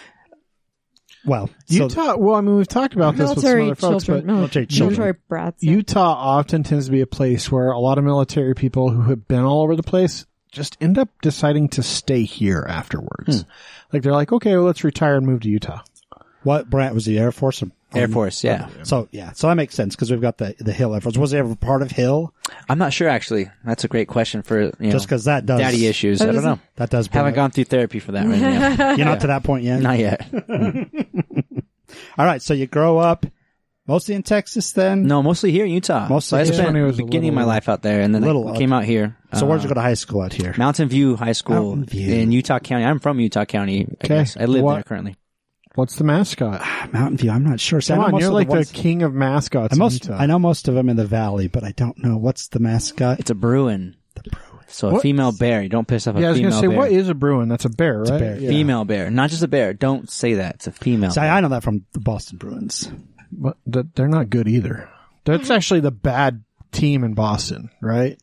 S4: Well, so
S3: Utah. well, I mean, we've talked about this with some
S2: military
S3: other folks,
S2: children,
S3: but
S2: mil-
S4: military
S2: military,
S4: children.
S2: brats.
S3: Utah often tends to be a place where a lot of military people who have been all over the place just end up deciding to stay here afterwards.
S4: Hmm.
S3: Like they're like, okay, well, let's retire and move to Utah.
S4: what Brant was the Air Force? or-
S6: Air Force, yeah.
S4: So Um, yeah, so that makes sense because we've got the the Hill Air Force. Was it ever part of Hill?
S6: I'm not sure actually. That's a great question for you know,
S4: Just because that does
S6: daddy issues. I don't know.
S4: That does. bring
S6: Haven't
S4: up-
S6: gone through therapy for that right now.
S4: You're not to that point yet.
S6: Not yet.
S4: All right, so you grow up mostly in Texas then?
S6: No, mostly here in Utah.
S4: Mostly
S6: so I
S4: here.
S6: spent
S3: When he was
S6: the
S3: a
S6: beginning of my
S3: little-
S6: life out there, and then
S4: little
S6: I came out here.
S4: So
S6: Uh,
S4: where'd you go to high school out here?
S6: Mountain View High School
S4: Mountain View.
S6: in Utah County. I'm from Utah County. I,
S3: Okay.
S6: guess. I live
S3: What-
S6: there currently.
S3: What's the mascot?
S4: Mountain View, I'm not sure. See,
S3: Come
S4: I know
S3: on,
S4: most
S3: you're
S4: of
S3: like the,
S4: ones-
S3: king of mascots
S4: I,
S3: in
S4: most,
S3: Utah.
S4: I know most of them in the valley, but I don't know. What's the mascot?
S6: It's a Bruin. So a
S3: What?
S6: female bear. You don't piss off a
S3: Yeah, I was
S6: female
S3: gonna say,
S6: bear.
S3: what is a Bruin? That's a bear, right?
S4: bear.
S3: Yeah.
S6: female bear? Not just a bear. Don't say that. It's a female.
S4: See, I know that from the Boston Bruins.
S3: But th- they're not good either.
S4: Hmm.
S3: That's actually the bad team in Boston, right?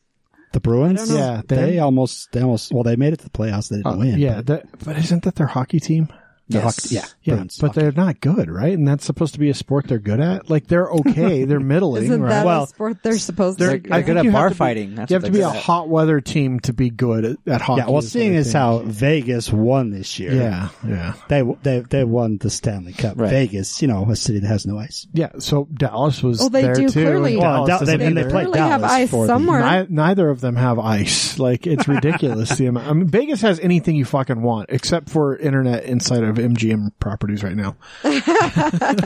S4: The Bruins?
S3: know. Yeah,
S4: They,
S3: they- Oh,
S4: almost, they almost, well, they made it to the playoffs. They didn't win.
S3: yeah,
S4: but
S3: that, but isn't that their hockey team?
S4: the
S6: Yes.
S4: hockey- yeah.
S3: Yeah,
S4: Bruins
S3: but
S4: hockey.
S3: they're not good, right? And that's supposed to be a sport they're good at. Like they're okay, they're middling,
S2: Isn't
S3: right?
S2: that
S4: Well,
S2: a sport they're supposed
S6: They're,
S2: to?
S6: they're
S3: think
S6: good at
S3: you have
S6: bar
S3: to be-
S6: fighting. That's
S3: you have
S6: what
S3: to
S6: they're
S3: be a
S6: good at.
S3: hot weather team to be good at, at hockey.
S4: Yeah, well,
S3: is
S4: seeing
S3: what I
S4: as
S3: think.
S4: how Vegas won this year,
S3: Yeah, yeah,
S4: they they they won the Stanley Cup.
S6: Right.
S4: Vegas, you know, a city that has no ice.
S3: yeah. So Dallas was
S2: Well, Oh, they
S3: there
S2: do
S3: too.
S2: clearly-
S3: and
S2: Well,
S3: Dallas
S4: Dal- they-
S3: isn't
S4: and they
S3: either.
S4: play
S2: Clearly have
S4: Dallas
S2: eyes
S4: for the-
S2: somewhere.
S3: Ni- neither of them have ice. Like it's ridiculous. the amount. I mean, Vegas has anything you fucking want, except for internet inside of MGM properties right now.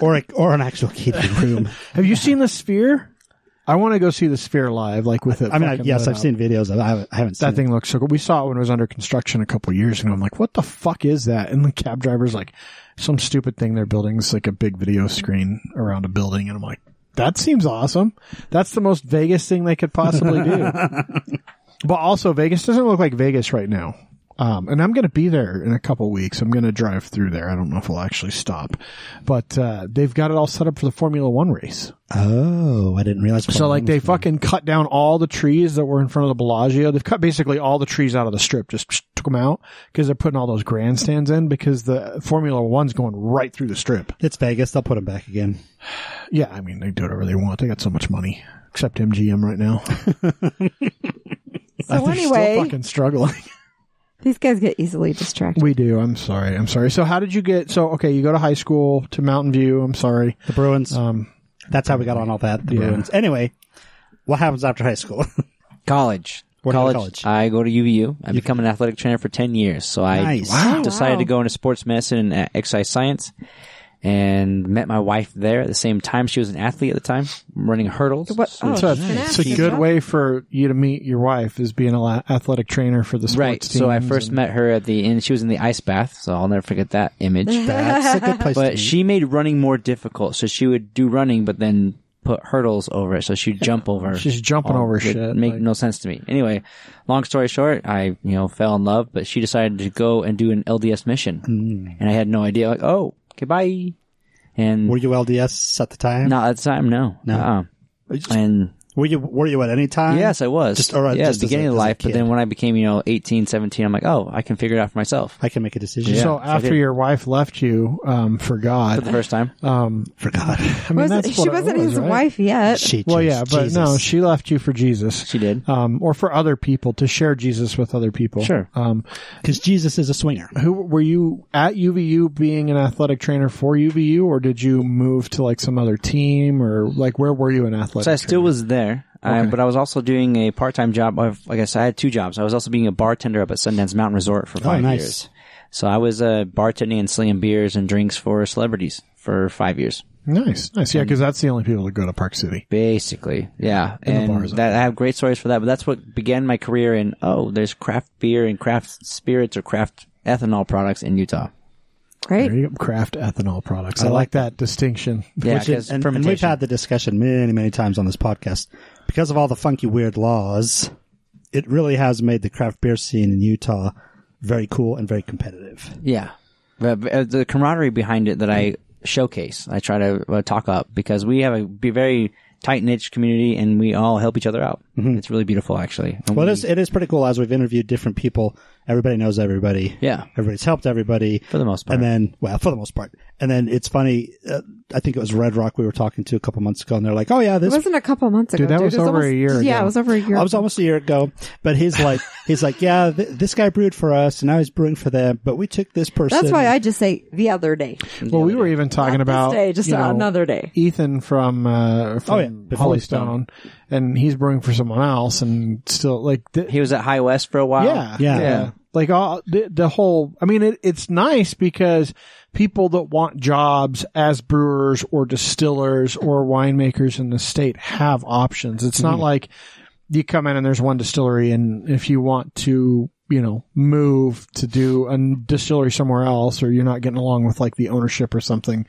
S4: or a, or an actual heated room.
S3: Have you seen the Sphere? I want to go see the Sphere live, like with it.
S4: I mean, I,
S3: fucking
S4: yes,
S3: lit
S4: I've
S3: up.
S4: seen videos of. it. I haven't, I haven't seen
S3: That thing looks so cool. We saw it when it was under construction a couple years ago. I'm like, what the fuck is that? And the cab driver's like, some stupid thing they're building is like a big video screen around a building. And I'm like, that seems awesome. That's the most Vegas thing they could possibly do. but also, Vegas doesn't look like Vegas right now. Um, and I'm going to be there in a couple weeks. I'm going to drive through there. I don't know if I'll actually stop, but uh, they've got it all set up for the Formula One race.
S4: it. Oh, I didn't realize.
S3: So like they fucking cut down all the trees that were in front of the Bellagio. They've cut basically all the trees out of the strip, just took them out because they're putting all those grandstands in because the Formula One's going right through the strip.
S4: It's Vegas. They'll put them back again.
S3: Yeah, I mean they do whatever they want. They got so much money, except MGM right now.
S2: So
S3: They're still
S2: anyway,
S3: fucking struggling.
S2: these guys get easily distracted.
S3: we do. I'm sorry. I'm sorry. So how did you get? So okay, you go to high school to Mountain View. I'm sorry.
S4: The Bruins.
S3: Um,
S4: That's how we got on all that. The
S3: Yeah.
S4: Bruins. Anyway, what happens after high school?
S6: College.
S4: What
S6: college,
S4: college?
S6: I go to UVU. I've become an athletic trainer for 10 years. So I
S4: Nice. Wow.
S6: decided to go into sports medicine and uh, exercise science and met my wife there at the same time. She was an athlete at the time, running hurdles.
S2: What?
S6: So-
S2: Oh,
S3: So
S2: just gonna
S3: it's
S2: ask
S3: a
S2: you,
S3: good
S2: Jeff.
S3: way for you to meet your wife is being an la- athletic trainer for the sports
S6: right.
S3: team.
S6: So I first met her at the, and she was in the ice bath. So I'll never forget that image.
S4: That's a good place to
S6: but
S4: be.
S6: she made running more difficult. So she would do running, but then put hurdles over it. So she'd jump over.
S3: She's jumping
S6: all-
S3: over
S6: it
S3: shit.
S6: Make
S3: like-
S6: no sense to me. Anyway, long story short, I you know fell in love, but she decided to go and do an LDS mission,
S4: Hmm.
S6: and I had no idea. Like, oh, okay, bye. And
S4: Were you LDS at the time?
S6: not at the time, no, no. Uh-uh. And
S4: Were you were you at any time?
S6: yes, I was.
S4: Just- all right,
S6: yeah,
S4: just as a-
S6: beginning of
S4: as a
S6: life. But
S4: kid.
S6: then when I became you know 18, 17, I'm like, oh, I can figure it out for myself
S4: I can make a decision.
S3: so after your wife left you um, for
S6: for
S3: God,
S6: the first time.
S3: um,
S4: for God,
S3: I mean,
S2: Wasn't-
S3: that's what
S2: she
S3: it
S2: wasn't
S3: was,
S2: his
S3: right?
S2: wife yet.
S4: she.
S3: Well,
S4: chose
S3: yeah, but
S4: Jesus.
S3: no, she left you for Jesus.
S6: She did.
S3: um, or for other people to share Jesus with other people.
S6: Sure.
S3: Um,
S4: because Jesus is a swinger.
S3: who were you at UVU being an athletic trainer for UVU, or did you move to like some other team, or like where were you an athletic?
S6: So I still was there, uh, but I was also doing a part-time job. Of, like I said, I had two jobs. I was also being a bartender up at Sundance Mountain Resort for five
S4: nice.
S6: years. So I was uh, bartending and slinging beers and drinks for celebrities for five years,
S3: trainer? nice, nice,
S6: Um,
S3: yeah, because that's the only people that go to Park City.
S6: basically. Yeah, and that, I have great stories for that. But that's what began my career in. Oh, there's craft beer and craft spirits or craft ethanol products in Utah.
S3: There
S2: Right?
S3: you go, craft ethanol products. I, like, that distinction.
S6: Yeah,
S4: Which is, and, and we've had the discussion many, many times on this podcast. Because of all the funky, weird laws, it really has made the craft beer scene in Utah very cool and very competitive.
S6: Yeah. But but, uh, the camaraderie behind it that I showcase, I try to uh, talk up because we have a be very tight knit community and we all help each other out.
S3: Mm-hmm.
S6: It's really beautiful, actually. And
S4: Well, it
S6: we-
S4: is, it is pretty cool as we've interviewed different people. Everybody knows everybody.
S6: Yeah.
S4: Everybody's helped everybody.
S6: For the most part.
S4: And then, well, for the most part. And then it's funny, uh, I think it was Red Rock we were talking to a couple months ago, and they're like, oh, yeah,
S2: It
S4: this
S2: wasn't a couple months ago.
S3: Dude, that was
S2: It
S3: over a
S2: almost-
S3: year
S2: Yeah,
S3: ago.
S2: it was over a year.
S4: I was
S2: ago.
S4: almost a year ago, but he's like, he's like, yeah, th- this guy brewed for us, and now he's brewing for them. But we took this person.
S2: That's why I just say the other day.
S3: Well, we were even talking
S2: Not this
S3: about
S2: day, just
S3: you know,
S2: another day.
S3: Ethan from uh,
S6: Oh,
S3: from
S4: yeah,
S3: Holly,
S4: the
S3: Stone, and he's brewing for someone else, and still like th-
S6: he was at High West for a while.
S3: Yeah,
S4: Yeah.
S3: Like all the, the whole. I mean, it, it's nice because people that want jobs as brewers or distillers or winemakers in the state have options. It's not like you come in and there's one distillery, and if you want to. You know, move to do a distillery somewhere else, or you're not getting along with like the ownership or something.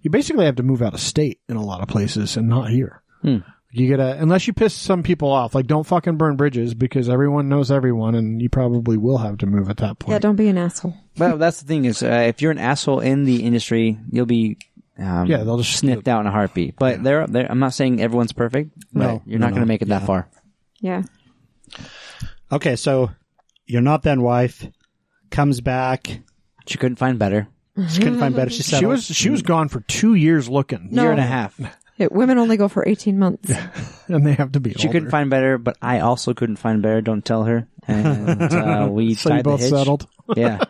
S3: You basically have to move out of state in a lot of places and not here.
S6: Hmm.
S3: You gotta, unless you piss some people off, like don't fucking burn bridges because everyone knows everyone and you probably will have to move at that
S2: Yeah,
S3: point.
S2: don't be an asshole.
S6: Well, that's the thing is, uh, if you're an asshole in the industry, you'll be um,
S3: Yeah, they'll just-
S6: sniffed out in a heartbeat. But they're, they're, I'm not saying everyone's perfect. But
S4: No,
S6: you're
S4: no,
S6: not going
S4: no.
S6: to make it that far.
S2: Yeah.
S4: okay, so your not then wife comes back.
S6: She couldn't find better.
S4: She couldn't find better. She,
S3: she
S4: settled.
S3: was, she was gone for two years looking
S2: No.
S6: Year and a half.
S2: Yeah, women only go for 18 months.
S3: and they have to be
S6: She
S3: older.
S6: couldn't find better, but I also couldn't find better. Don't tell her. And uh, we
S3: So
S6: tied
S3: you both
S6: the hitch.
S3: settled.
S6: yeah,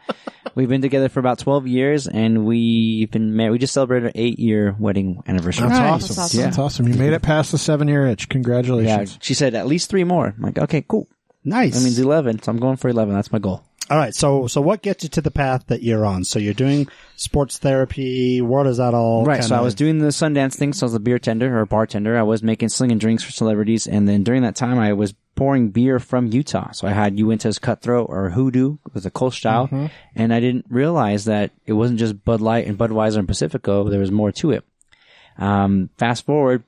S6: we've been together for about twelve years, and we've been married. We just celebrated our eight-year wedding anniversary.
S3: That's
S2: Nice.
S3: awesome.
S2: That's awesome.
S3: That's awesome. You made it past the seven year itch.
S6: Yeah,
S3: Congratulations.
S6: she said at least three more. I'm like, okay, cool.
S4: nice.
S6: That means eleven, so I'm going for eleven. That's my goal.
S4: All right, so so what gets you to the path that you're on? So you're doing sports therapy. Where does that all
S6: Right.
S4: kinda-
S6: So I was doing the Sundance thing. So I was a beer tender or a bartender. I was making slinging drinks for celebrities, and then during that time, I was pouring beer from Utah. So I had Uinta's Cutthroat or Hoodoo it was a Kolsch style, and I didn't realize that it wasn't just Bud Light and Budweiser and Pacifico. There was more to it. Um, fast forward.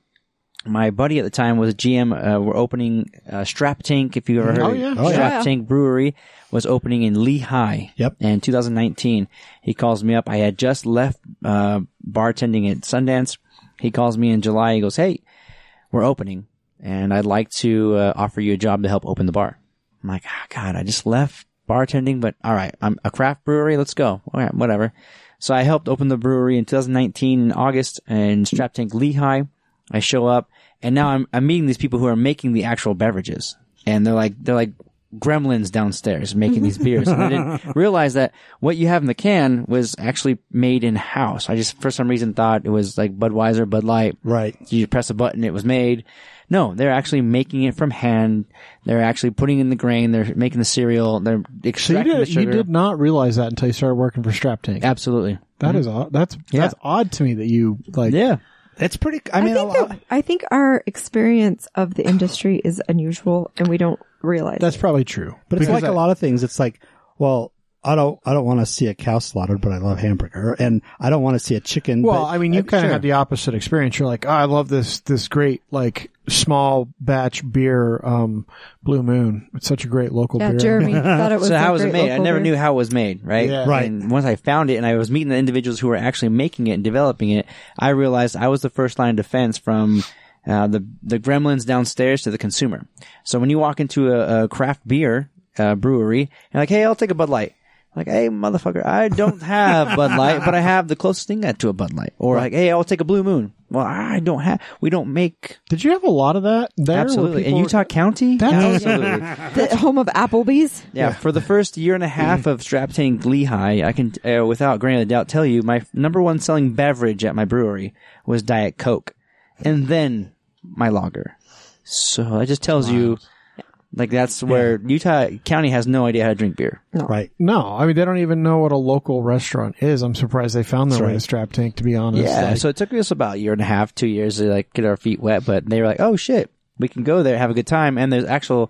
S6: My buddy at the time was a GM. Uh, we're opening uh, Strap Tank. If you ever heard,
S3: Oh,
S6: of
S3: yeah.
S6: Strap
S2: yeah.
S6: Tank Brewery was opening in Lehigh.
S4: Yep.
S6: In 2019, he calls me up. I had just left uh, bartending at Sundance. He calls me in July. He goes, "Hey, we're opening, and I'd like to uh, offer you a job to help open the bar." I'm like, "Ah, God, I just left bartending, but all right, I'm a craft brewery. Let's go. All right, whatever." So I helped open the brewery in 2019 in August in Strap Tank Lehigh. I show up, and now I'm I'm meeting these people who are making the actual beverages, and they're like they're like gremlins downstairs making these beers. And I didn't realize that what you have in the can was actually made in house. I just, for some reason, thought it was like Budweiser, Bud Light.
S4: Right.
S6: You press a button, it was made. No, they're actually making it from hand. They're actually putting in the grain. They're making the cereal. They're
S3: So you
S6: extracting the
S3: did, you
S6: sugar.
S3: did not realize that until you started working for Strap Tank.
S6: Absolutely.
S3: That is odd. That's
S6: Mm-hmm. Yeah.
S3: that's odd to me that you like.
S6: Yeah.
S4: It's pretty. I
S2: I
S4: mean,
S2: think
S4: a lot,
S2: that, I think our experience of the industry is unusual, and we don't realize.
S3: That's
S2: it.
S3: probably true.
S4: but it's
S3: Because
S4: like a
S3: I-
S4: lot of things. It's like, well, I don't, I don't want to see a cow slaughtered, but I love hamburger, and I don't want to see a chicken.
S3: Well,
S4: but-
S3: I mean, you
S4: uh,
S3: kind of
S4: sure.
S3: had the opposite experience. You're like, oh, I love this this great like small batch beer, um, Blue Moon. It's such a great local
S2: yeah,
S3: beer.
S2: Jeremy thought it was.
S6: so
S2: a
S6: how was it
S2: great
S6: made? I
S2: local
S6: never
S2: beer.
S6: knew how it was made, right?
S3: Yeah.
S4: Right.
S6: And once I found it and I was meeting the individuals who were actually making it and developing it, I realized I was the first line of defense from uh, the the gremlins downstairs to the consumer. So when you walk into a, a craft beer uh, brewery and like, hey, I'll take a Bud Light. Like, hey, motherfucker, I don't have Bud Light, but I have the closest thing to a Bud Light. Or like, hey, I'll take a Blue Moon. Well, I don't have. We don't make
S3: Did you have a lot of that there? where
S6: absolutely in
S3: people-
S6: Utah County.
S3: That's-
S6: absolutely.
S2: the home of Applebee's.
S6: Yeah, for the first year and a half of Strap Tank Lehigh, I can, uh, without grain of doubt, tell you my f- number one selling beverage at my brewery was Diet Coke, and then my lager. So that just tells you, like, that's where Utah County has no idea how to drink beer.
S4: right.
S3: No, I mean they don't even know what a local restaurant is. I'm surprised they found their
S4: That's
S3: way to
S4: right.
S3: Strap Tank. To be honest,
S6: Yeah,
S3: Like,
S6: so it took us about a year and a half, two years to like get our feet wet, but they were like, "Oh shit, we can go there, have a good time," and there's actual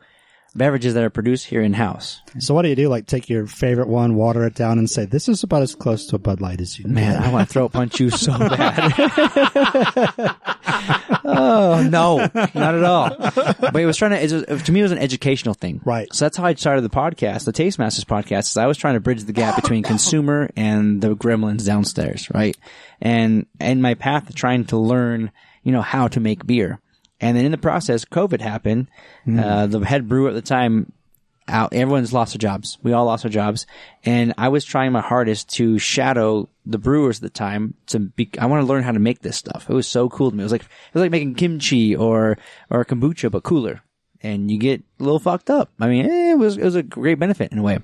S6: beverages that are produced here in house.
S4: So what do you do? Like, take your favorite one, water it down, and say, "This is about as close to a Bud Light as you." can
S6: Man, I want to throat punch you so bad. oh no, not at all. But it was trying to. It was, to me, it was an educational thing,
S4: Right.
S6: So that's how I started the podcast, the Taste Masters podcast. Is I was trying to bridge the gap between consumer and the gremlins downstairs, right? And and my path of trying to learn, you know, how to make beer. And then in the process, COVID happened. Uh, the head brewer at the time out. Everyone's lost their jobs. We all lost our jobs. And I was trying my hardest to shadow the brewers at the time to be, I want to learn how to make this stuff. It was so cool to me. It was like, it was like making kimchi or, or kombucha, but cooler. And you get a little fucked up. I mean, eh, it was, it was a great benefit in a way.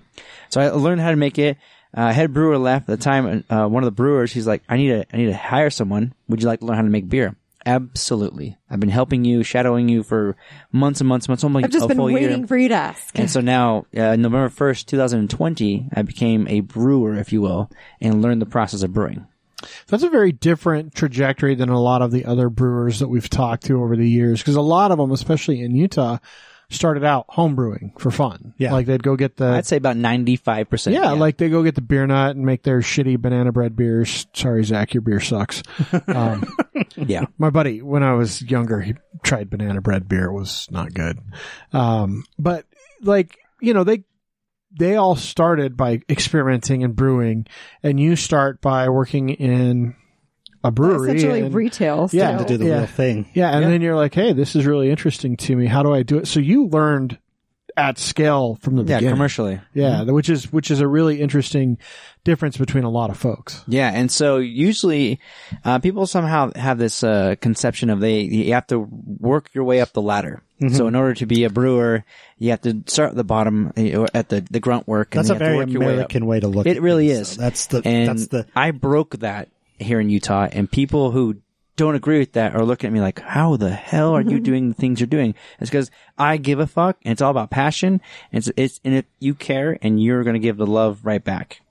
S6: So I learned how to make it. Uh, head brewer left at the time. Uh, one of the brewers, he's like, I need to, I need to hire someone. Would you like to learn how to make beer? Absolutely. I've been helping you, shadowing you for months and months and months. Almost
S2: I've just
S6: a
S2: been
S6: full
S2: waiting
S6: year.
S2: for you to ask.
S6: And so now, uh, November 1st, 2020, I became a brewer, if you will, and learned the process of brewing.
S3: That's a very different trajectory than a lot of the other brewers that we've talked to over the years. Because a lot of them, especially in Utah, started out home brewing for fun.
S4: Yeah.
S3: like they'd go get the
S6: I'd say about 95%.
S3: yeah, like they go get the beer nut and make their shitty banana bread beers. Sorry, Zach, your beer sucks. Um,
S6: Yeah.
S3: my buddy, when I was younger, he tried banana bread beer. It was not good. Um, but like, you know, they, they all started by experimenting and brewing and you start by working in a brewery.
S2: Essentially,
S3: and-
S2: retail.
S3: Yeah,
S4: To
S2: still.
S4: do the
S3: Yeah.
S4: real thing.
S3: yeah. And then you're like, Hey, this is really interesting to me. How do I do it? So you learned at scale from the
S6: Yeah,
S3: beginning.
S6: commercially.
S3: Yeah,
S6: Mm-hmm.
S3: th- which is which is a really interesting difference between a lot of folks.
S6: Yeah, and so usually uh, people somehow have this uh, conception of they you have to work your way up the ladder. So in order to be a brewer, you have to start at the bottom uh, or at the, the grunt work. And
S4: That's
S6: you
S4: a
S6: have to
S4: very
S6: work your way up.
S4: American way, to look.
S6: It
S4: at
S6: really
S4: things.
S6: is.
S4: So that's the.
S6: and
S4: that's the.
S6: I broke that here in Utah, and people who don't agree with that are looking at me like, "How the hell are you doing the things you're doing?" It's because I give a fuck, and it's all about passion. And it's, it's and if you care, and you're gonna give the love right back.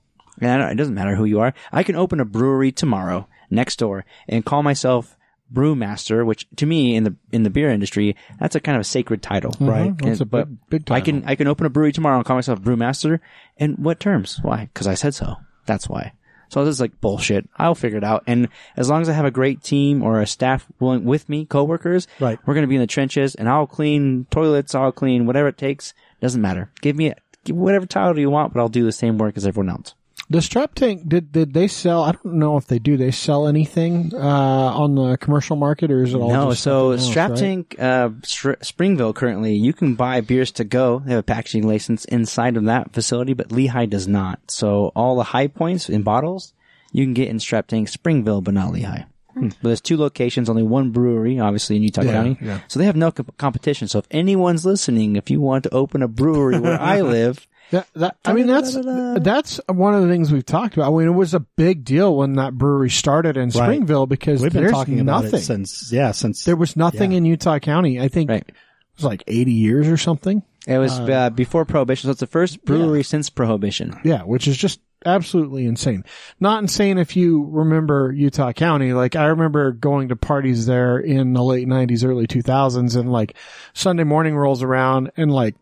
S6: And I don't, it doesn't matter who you are. I can open a brewery tomorrow next door and call myself brewmaster, which to me in the in the beer industry, that's a kind of a sacred title,
S4: Mm-hmm.
S6: right?
S3: That's a
S6: but
S3: big- big
S6: I can I can open a brewery tomorrow and call myself brewmaster. In what terms? Why? Because I said so. That's why. So this is like bullshit. I'll figure it out. And as long as I have a great team or a staff willing with me, coworkers,
S4: Right.
S6: we're going to be in the trenches, and I'll clean toilets, I'll clean whatever it takes. Doesn't matter. Give me give me whatever title you want, but I'll do the same work as everyone else.
S3: Does Trap Tank did did they sell? I don't know if they do. They sell anything uh, on the commercial market, or is it all
S6: No,
S3: Just
S6: so
S3: something else,
S6: Strap
S3: right?
S6: Tank uh, Str- Springville currently, you can buy beers to go. They have a packaging license inside of that facility, but Lehigh does not. So all the high points in bottles you can get in Strap Tank Springville, but not Lehigh. But there's two locations, only one brewery, obviously in Utah
S3: Hmm. Yeah,
S6: County.
S3: yeah.
S6: So they have no comp- competition. So if anyone's listening, if you want to open a brewery where I live,
S3: That, that, I mean, that's that's one of the things we've talked about. I mean, it was a big deal when that brewery started in
S4: Right.
S3: Springville because
S4: We've been
S3: there's
S4: talking about
S3: nothing.
S4: it since yeah, since
S3: there was nothing
S4: Yeah.
S3: in Utah County. I think
S6: Right.
S3: it was like 80 years or something.
S6: it was uh, before Prohibition. So it's the first brewery since Prohibition.
S3: Yeah, which is just absolutely insane. Not insane if you remember Utah County. Like I remember going to parties there in the late 90s, early 2000s and like Sunday morning rolls around and like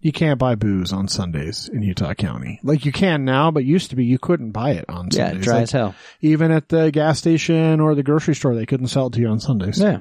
S3: you can't buy booze on Sundays in Utah County. Like you can now, but used to be you couldn't buy it on
S6: Yeah,
S3: Sundays.
S6: dry
S3: Like,
S6: as hell.
S3: Even at the gas station or the grocery store, they couldn't sell it to you on Sundays.
S6: Yeah.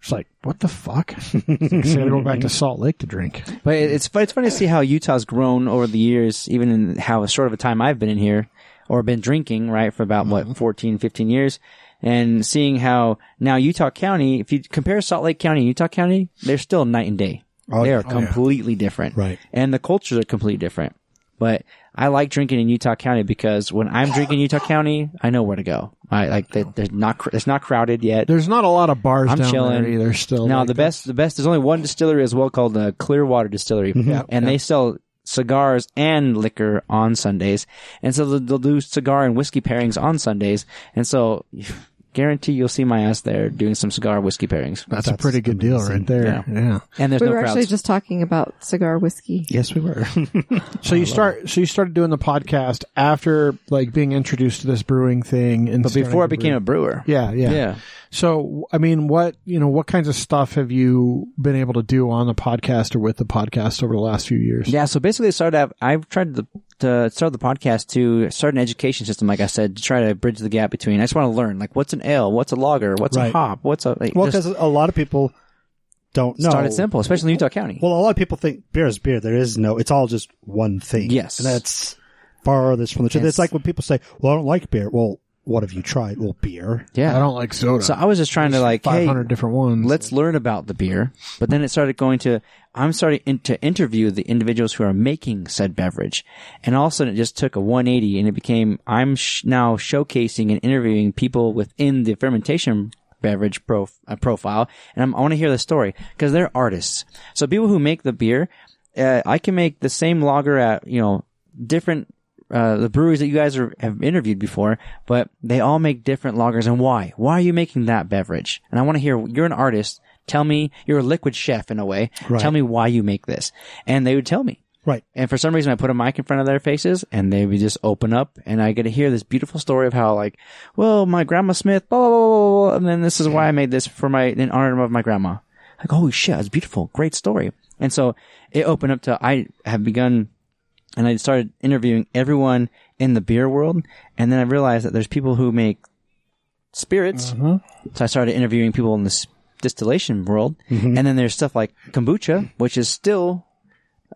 S3: It's like, what the fuck? It's like, so I go back to Salt Lake to drink.
S6: But it- it's fu- it's funny to see how Utah's grown over the years, even in how short of a time I've been in here or been drinking, right, for about what 14, 15 years, and seeing how now Utah County, if you compare Salt Lake County and Utah County, they're still night and day. they are completely different,
S4: Right.
S6: And the cultures are completely different. But I like drinking in Utah County because when I'm drinking in Utah County, I know where to go. I like they, they're not cr- it's not crowded yet.
S3: There's not a lot of bars
S6: I'm
S3: down
S6: chilling.
S3: there either still.
S6: Now
S3: like
S6: the
S3: that.
S6: best, the best. There's only one distillery as well called uh, Clearwater Distillery, and they sell cigars and liquor on Sundays, and so they'll, they'll do cigar and whiskey pairings on Sundays, and so guarantee you'll see my ass there doing some cigar whiskey pairings.
S3: That's, a pretty good deal right there. Yeah.
S6: And there's
S2: we
S6: no
S2: were actually
S6: crowds.
S2: just talking about cigar whiskey.
S4: yes, we were.
S3: So you start. So you started doing the podcast after like being introduced to this brewing thing, and
S6: but before I became a brewer,
S3: yeah, yeah,
S6: yeah.
S3: So I mean, what you know, what kinds of stuff have you been able to do on the podcast or with the podcast over the last few years?
S6: Yeah, so basically, I started. out- I've tried to, to start the podcast to start an education system, like I said, to try to bridge the gap between. I just want to learn, like, what's an ale, what's a lager, what's a
S4: Right.
S6: hop, what's a like,
S4: well,
S6: just
S4: because a lot of people don't know.
S6: start it simple, especially in Utah County.
S4: Well, a lot of people think beer is beer. There is no. It's all just one thing.
S6: Yes.
S4: and that's farthest from the truth.
S6: Yes.
S4: It's like when people say, "Well, I don't like beer." Well, what have you tried? Well, beer.
S6: yeah,
S3: I don't like soda.
S6: So I was just trying to like,
S3: Five
S6: hey,
S3: hundred different ones.
S6: let's learn about the beer. But then it started going to, I'm starting in, to interview the individuals who are making said beverage. And all of a sudden it just took a 180 and it became, I'm sh- now showcasing and interviewing people within the fermentation beverage prof- uh, profile. And I'm, I want to hear the story because they're artists. So people who make the beer, uh, I can make the same lager at, you know, different uh, the breweries that you guys are, have interviewed before, but they all make different lagers. And why? Why are you making that beverage? And I want to hear. You're an artist. Tell me. You're a liquid chef in a way. Tell me why you make this. And they would tell me.
S4: Right.
S6: And for some reason, I put a mic in front of their faces, and they would just open up, and I get to hear this beautiful story of how, like, well, my grandma Smith, blah blah blah, blah, blah and then this is why I made this for my in honor of my grandma. Like, holy shit, it's beautiful, great story. And so it opened up to I have begun and I started interviewing everyone in the beer world. And then I realized that there's people who make spirits. So I started interviewing people in this distillation world. And then there's stuff like kombucha, which is still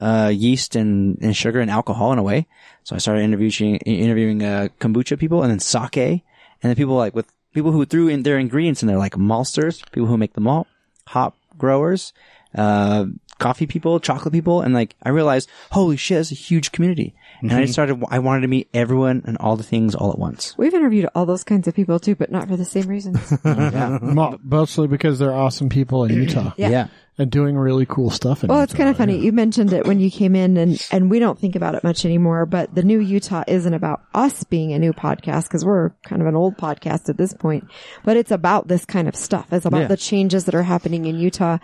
S6: uh, yeast and, and sugar and alcohol in a way. So I started interviewing interviewing uh, kombucha people, and then sake, and then people like with people who threw in their ingredients in there, like maltsters, people who make the malt, hop growers, uh, coffee people, chocolate people, and like I realized, holy shit, it's a huge community, and I started. I wanted to meet everyone and all the things all at once.
S2: We've interviewed all those kinds of people too, but not for the same reasons.
S3: Mo- mostly because they're awesome people in Utah
S2: Yeah.
S3: and doing really cool stuff. In
S2: Well, it's
S3: Utah,
S2: kind of funny. You mentioned it when you came in and, and we don't think about it much anymore, but the new Utah isn't about us being a new podcast because we're kind of an old podcast at this point, but it's about this kind of stuff. It's about the changes that are happening in Utah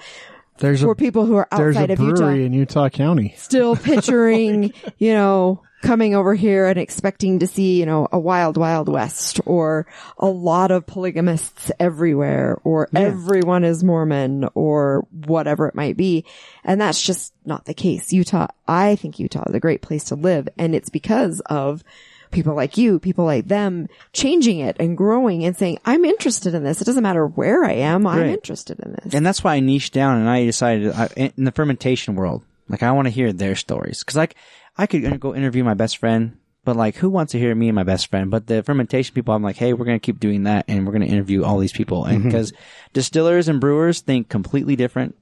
S3: There's
S2: for
S3: a
S2: people who are
S3: there's a
S2: outside of
S3: brewery
S2: Utah
S3: in Utah County.
S2: still picturing, you know, coming over here and expecting to see, you know, a wild, wild west or a lot of polygamists everywhere or everyone is Mormon or whatever it might be. And that's just not the case. Utah, I think Utah is a great place to live and it's because of people like you, people like them changing it and growing and saying, I'm interested in this. It doesn't matter where I am. I'm
S6: Right.
S2: interested in this.
S6: and that's why I niched down and I decided I, in the fermentation world, like I want to hear their stories because like I could inter- go interview my best friend, but like who wants to hear me and my best friend? But the fermentation people, I'm like, hey, we're gonna keep doing that and we're gonna interview all these people, and because distillers and brewers think completely different,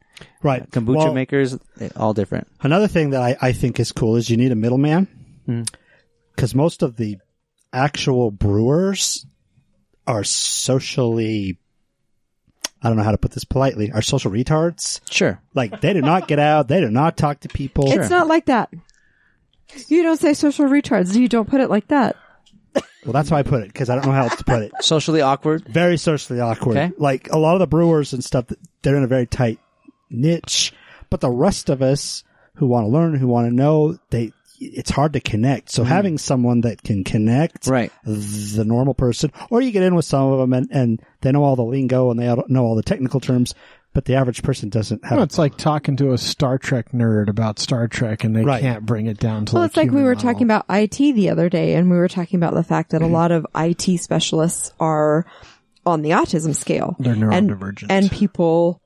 S4: Right.
S6: kombucha
S4: Well,
S6: makers eh, all different.
S4: Another thing that I, I think is cool is you need a middleman because most of the actual brewers are socially, I don't know how to put this politely, are social retards.
S6: Sure.
S4: Like they do not get out. They do not talk to people.
S2: It's not like that. You don't say social retards. You don't put it like that.
S4: well, that's why I put it because I don't know how else to put it.
S6: Socially awkward.
S4: Very socially awkward.
S6: Okay.
S4: Like a lot of the brewers and stuff, they're in a very tight niche, but the rest of us who want to learn, who want to know, they, it's hard to connect. So having someone that can connect,
S6: Mm. Right.
S4: the normal person, or you get in with some of them and, and they know all the lingo and they all know all the technical terms, but the average person doesn't have.
S3: Well, it's like talking to a Star Trek nerd about Star Trek, and they
S4: Right.
S3: can't bring it down to.
S2: Well,
S3: like
S2: it's like we
S3: human
S2: were
S3: level.
S2: talking about IT the other day, and we were talking about the fact that a lot of IT specialists are on the autism scale.
S3: They're
S2: and,
S3: neurodivergent.
S2: And people,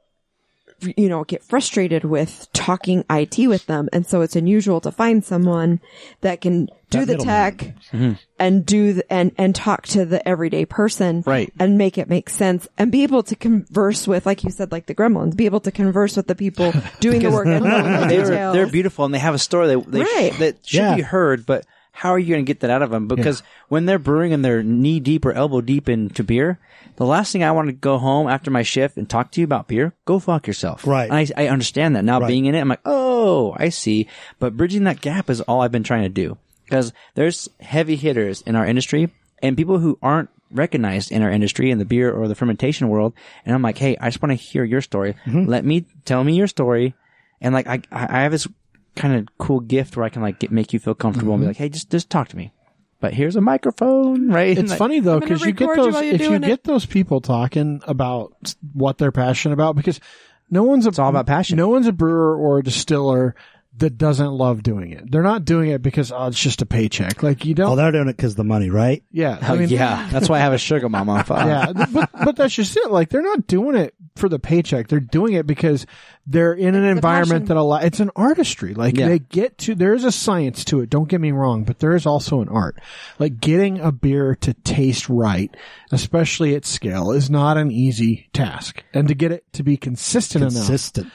S2: you know, get frustrated with talking IT with them. And so it's unusual to find someone that can do
S4: That
S2: the
S4: middleman.
S2: tech
S6: Mm-hmm.
S2: and do the, and, and talk to the everyday person.
S6: Right.
S2: And make it make sense and be able to converse with, like you said, like the gremlins, be able to converse with the people doing the work. and knowing the
S6: they're,
S2: details.
S6: they're beautiful and they have a story that they
S2: Right.
S6: sh- that should
S4: Yeah.
S6: be heard, but how are you going to get that out of them? Because when they're brewing and they're knee deep or elbow deep into beer, the last thing I want to go home after my shift and talk to you about beer, go fuck yourself.
S4: Right.
S6: And I, I understand that. Now being in it, I'm like, oh, I see. But bridging that gap is all I've been trying to do because there's heavy hitters in our industry and people who aren't recognized in our industry in the beer or the fermentation world. And I'm like, hey, I just want to hear your story. Let me tell me your story. And like, I, I I have this kind of cool gift where I can like get, make you feel comfortable and be like, hey, just, just talk to me. But here's a microphone, right? And,
S3: It's
S6: like,
S3: funny though
S2: I'm gonna
S3: because you get
S2: record you
S3: those
S2: while you're
S3: if you
S2: doing it.
S3: get those people talking about s- what they're passionate about because no one's a, it's
S6: all about passion.
S3: No one's a brewer or a distiller that doesn't love doing it. They're not doing it because oh, it's just a paycheck. Like you
S4: Oh,
S3: don't.
S4: they're doing it because the money, right?
S3: yeah,
S6: Oh, yeah. That's why I have a sugar mama on file.
S3: yeah, th- but but that's just it. Like they're not doing it for the paycheck. They're doing it because they're in an environment that allows. It's an artistry. Like
S6: Yeah.
S3: they get to. There is a science to it. Don't get me wrong, but there is also an art. Like getting a beer to taste right, especially at scale, is not an easy task. And to get it to be consistent, enough.
S4: Consistent.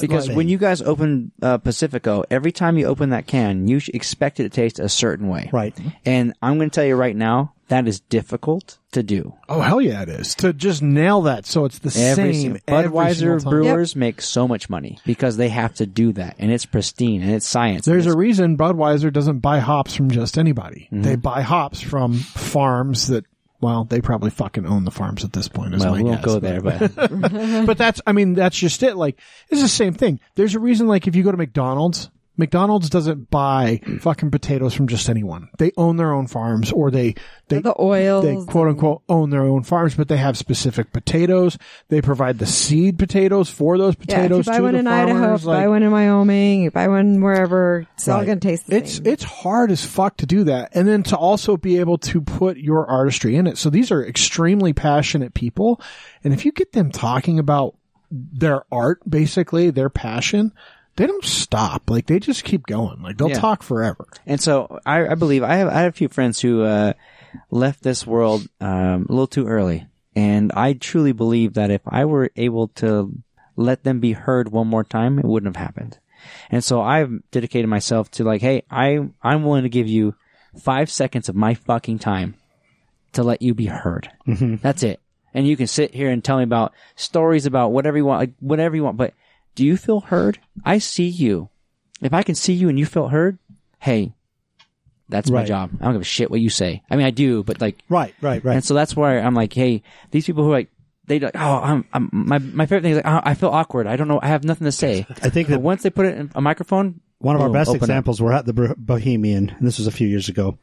S3: That-
S6: Because
S3: Like-
S6: when you guys open uh, Pacifico, every time you open that can, you sh- expect it to taste a certain way.
S4: Right.
S6: And I'm going to tell you right now, that is difficult to do.
S3: Oh hell yeah, it is to just nail that. So it's the
S6: Every
S3: same.
S6: sing-
S3: every single
S6: Budweiser
S3: time.
S6: brewers make so much money because they have to do that, and it's pristine and it's science.
S3: There's
S6: and
S3: a reason Budweiser doesn't buy hops from just anybody.
S6: Mm-hmm.
S3: They buy hops from farms that, well, they probably fucking own the farms at this point. Is
S6: it's- well,
S3: my
S6: we won't
S3: guess.
S6: go there, but
S3: But that's, I mean, that's just it. Like, it's the same thing. There's a reason. Like, if you go to McDonald's, McDonald's doesn't buy fucking potatoes from just anyone. They own their own farms, or they they
S2: the oils.
S3: they quote unquote own their own farms, but they have specific potatoes. They provide the seed potatoes for those
S2: Yeah, if you
S3: potatoes.
S2: buy
S3: to
S2: one
S3: the
S2: in Idaho,
S3: farmers,
S2: if you buy
S3: like-
S2: one in Wyoming, you buy one wherever. It's all
S4: Right.
S2: going to taste the
S3: It's
S2: same.
S3: it's hard as fuck to do that, and then to also be able to put your artistry in it. So these are extremely passionate people, and if you get them talking about their art, basically their passion, they don't stop. Like they just keep going. Like they'll
S6: Yeah.
S3: talk forever.
S6: and so I, I believe I have I have a few friends who uh, left this world um, a little too early, and I truly believe that if I were able to let them be heard one more time, it wouldn't have happened. And so I've dedicated myself to like, hey, I I'm willing to give you five seconds of my fucking time to let you be heard. That's it. And you can sit here and tell me about stories about whatever you want, like whatever you want. But do you feel heard? I see you. If I can see you and you feel heard, hey, that's my
S4: Right.
S6: job. I don't give a shit what you say. I mean, I do, but like,
S4: Right, right, right.
S6: and so that's where I'm like, hey, these people who like, they like, oh, I'm, I'm my my favorite thing is like, oh, I feel awkward. I don't know. I have nothing to say.
S4: I think
S6: But
S4: that
S6: once they put it in a microphone,
S4: One of our
S6: boom,
S4: best
S6: open up.
S4: examples, we're at the Bo- Bohemian, and this was a few years ago,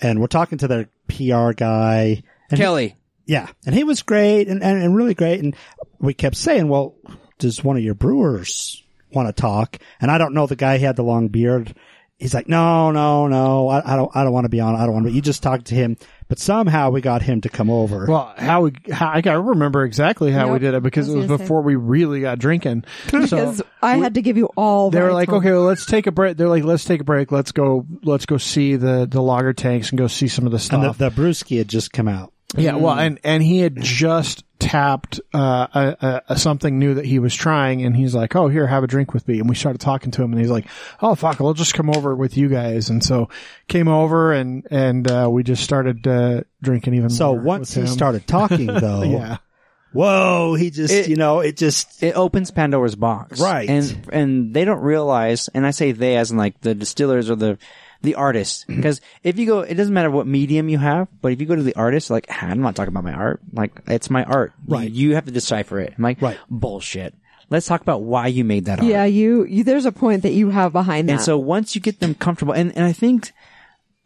S4: and we're talking to their PR guy. And he-
S6: Kelly.
S4: yeah. And he was great and, and, and really great. And we kept saying, well, does one of your brewers want to talk? And I don't know the guy, he had the long beard. He's like, no, no, no, I, I don't, I don't want to be on. I don't want to, but you just talked to him. But somehow we got him to come over.
S3: Well, how we how, I can't remember exactly how we
S2: Nope.
S3: did it because
S2: I
S3: it
S2: was
S3: was
S2: gonna say.
S3: before we really got drinking. So
S2: because I had to give you all.
S3: they
S2: my
S3: were like,
S2: time.
S3: okay, well, let's take a break. They're like, let's take a break. Let's go. Let's go see the the lager tanks and go see some of the stuff.
S6: Mm.
S4: and the, the brewski had just come out.
S3: Yeah, well, and and he had just t- tapped uh, a, a, a something new that he was trying, and he's like, "Oh, here, have a drink with me." And we started talking to him, and he's like, "Oh, fuck, I'll just come over with you guys." And so came over, and and uh, we just started uh, drinking even
S4: So
S3: more.
S4: once he
S3: with him.
S4: started talking, though,
S3: yeah,
S4: whoa, he just,
S6: It-
S4: you know, it just,
S6: it opens Pandora's box,
S4: Right.
S6: And and they don't realize, and I say they as in like the distillers or the the artists,
S4: Mm-hmm.
S6: because if you go, it doesn't matter what medium you have, but if you go to the artist, like "Ah, I'm not talking about my art, like it's my art,
S4: Right.
S6: You, you have to decipher it. I'm like,
S4: Right.
S6: bullshit. Let's talk about why you made that art.
S2: Yeah, you, you. There's a point that you have behind that.
S6: And so once you get them comfortable, and, and I think,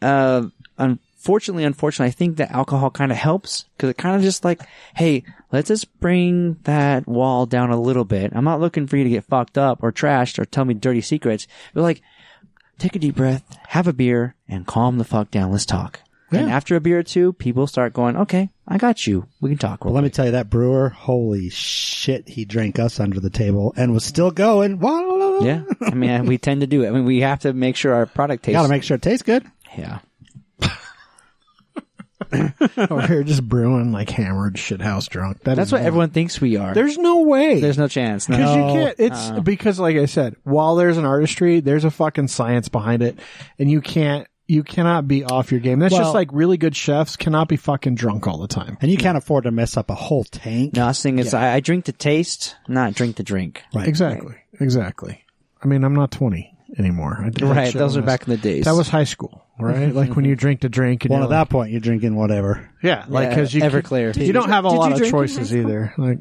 S6: uh, unfortunately, unfortunately, I think that alcohol kind of helps because it kind of just like, hey, let's just bring that wall down a little bit. I'm not looking for you to get fucked up or trashed or tell me dirty secrets. But like, take a deep breath, have a beer, and calm the fuck down. Let's talk. And after a beer or two, people start going, okay, I got you. We can talk.
S4: well, let me tell you that brewer, holy shit, he drank us under the table and was still going. Whoa,
S6: yeah. I mean, we tend to do it. I mean, we have to make sure our product tastes.
S4: Gotta make sure it tastes good.
S6: yeah.
S3: over here just brewing like hammered shit house drunk. That
S6: That's
S3: is
S6: what
S3: not-
S6: everyone thinks we are.
S3: There's no way.
S6: There's no chance. No.
S3: Because you can't. It's because, like I said, while there's an artistry, there's a fucking science behind it, and you can't. You cannot be off your game. That's
S4: Well-
S3: just like really good chefs cannot be fucking drunk all the time.
S4: And you can't afford to mess up a whole tank.
S6: No, I was thinking it's I, I drink to taste, not drink to drink.
S4: Right.
S3: Exactly. Exactly. I mean, I'm not 20 anymore. I did that
S6: Right.
S3: shit
S6: Those
S3: when
S6: are
S3: I was-
S6: back in the days.
S3: That was high school, right? like when you drink to drink. And
S4: Well,
S3: you're
S4: at that point, you're drinking whatever.
S3: like- yeah, like because you
S6: Everclear.
S3: You don't have a
S2: Did you
S3: lot of
S2: drink in high
S3: choices
S2: school?
S3: either. Like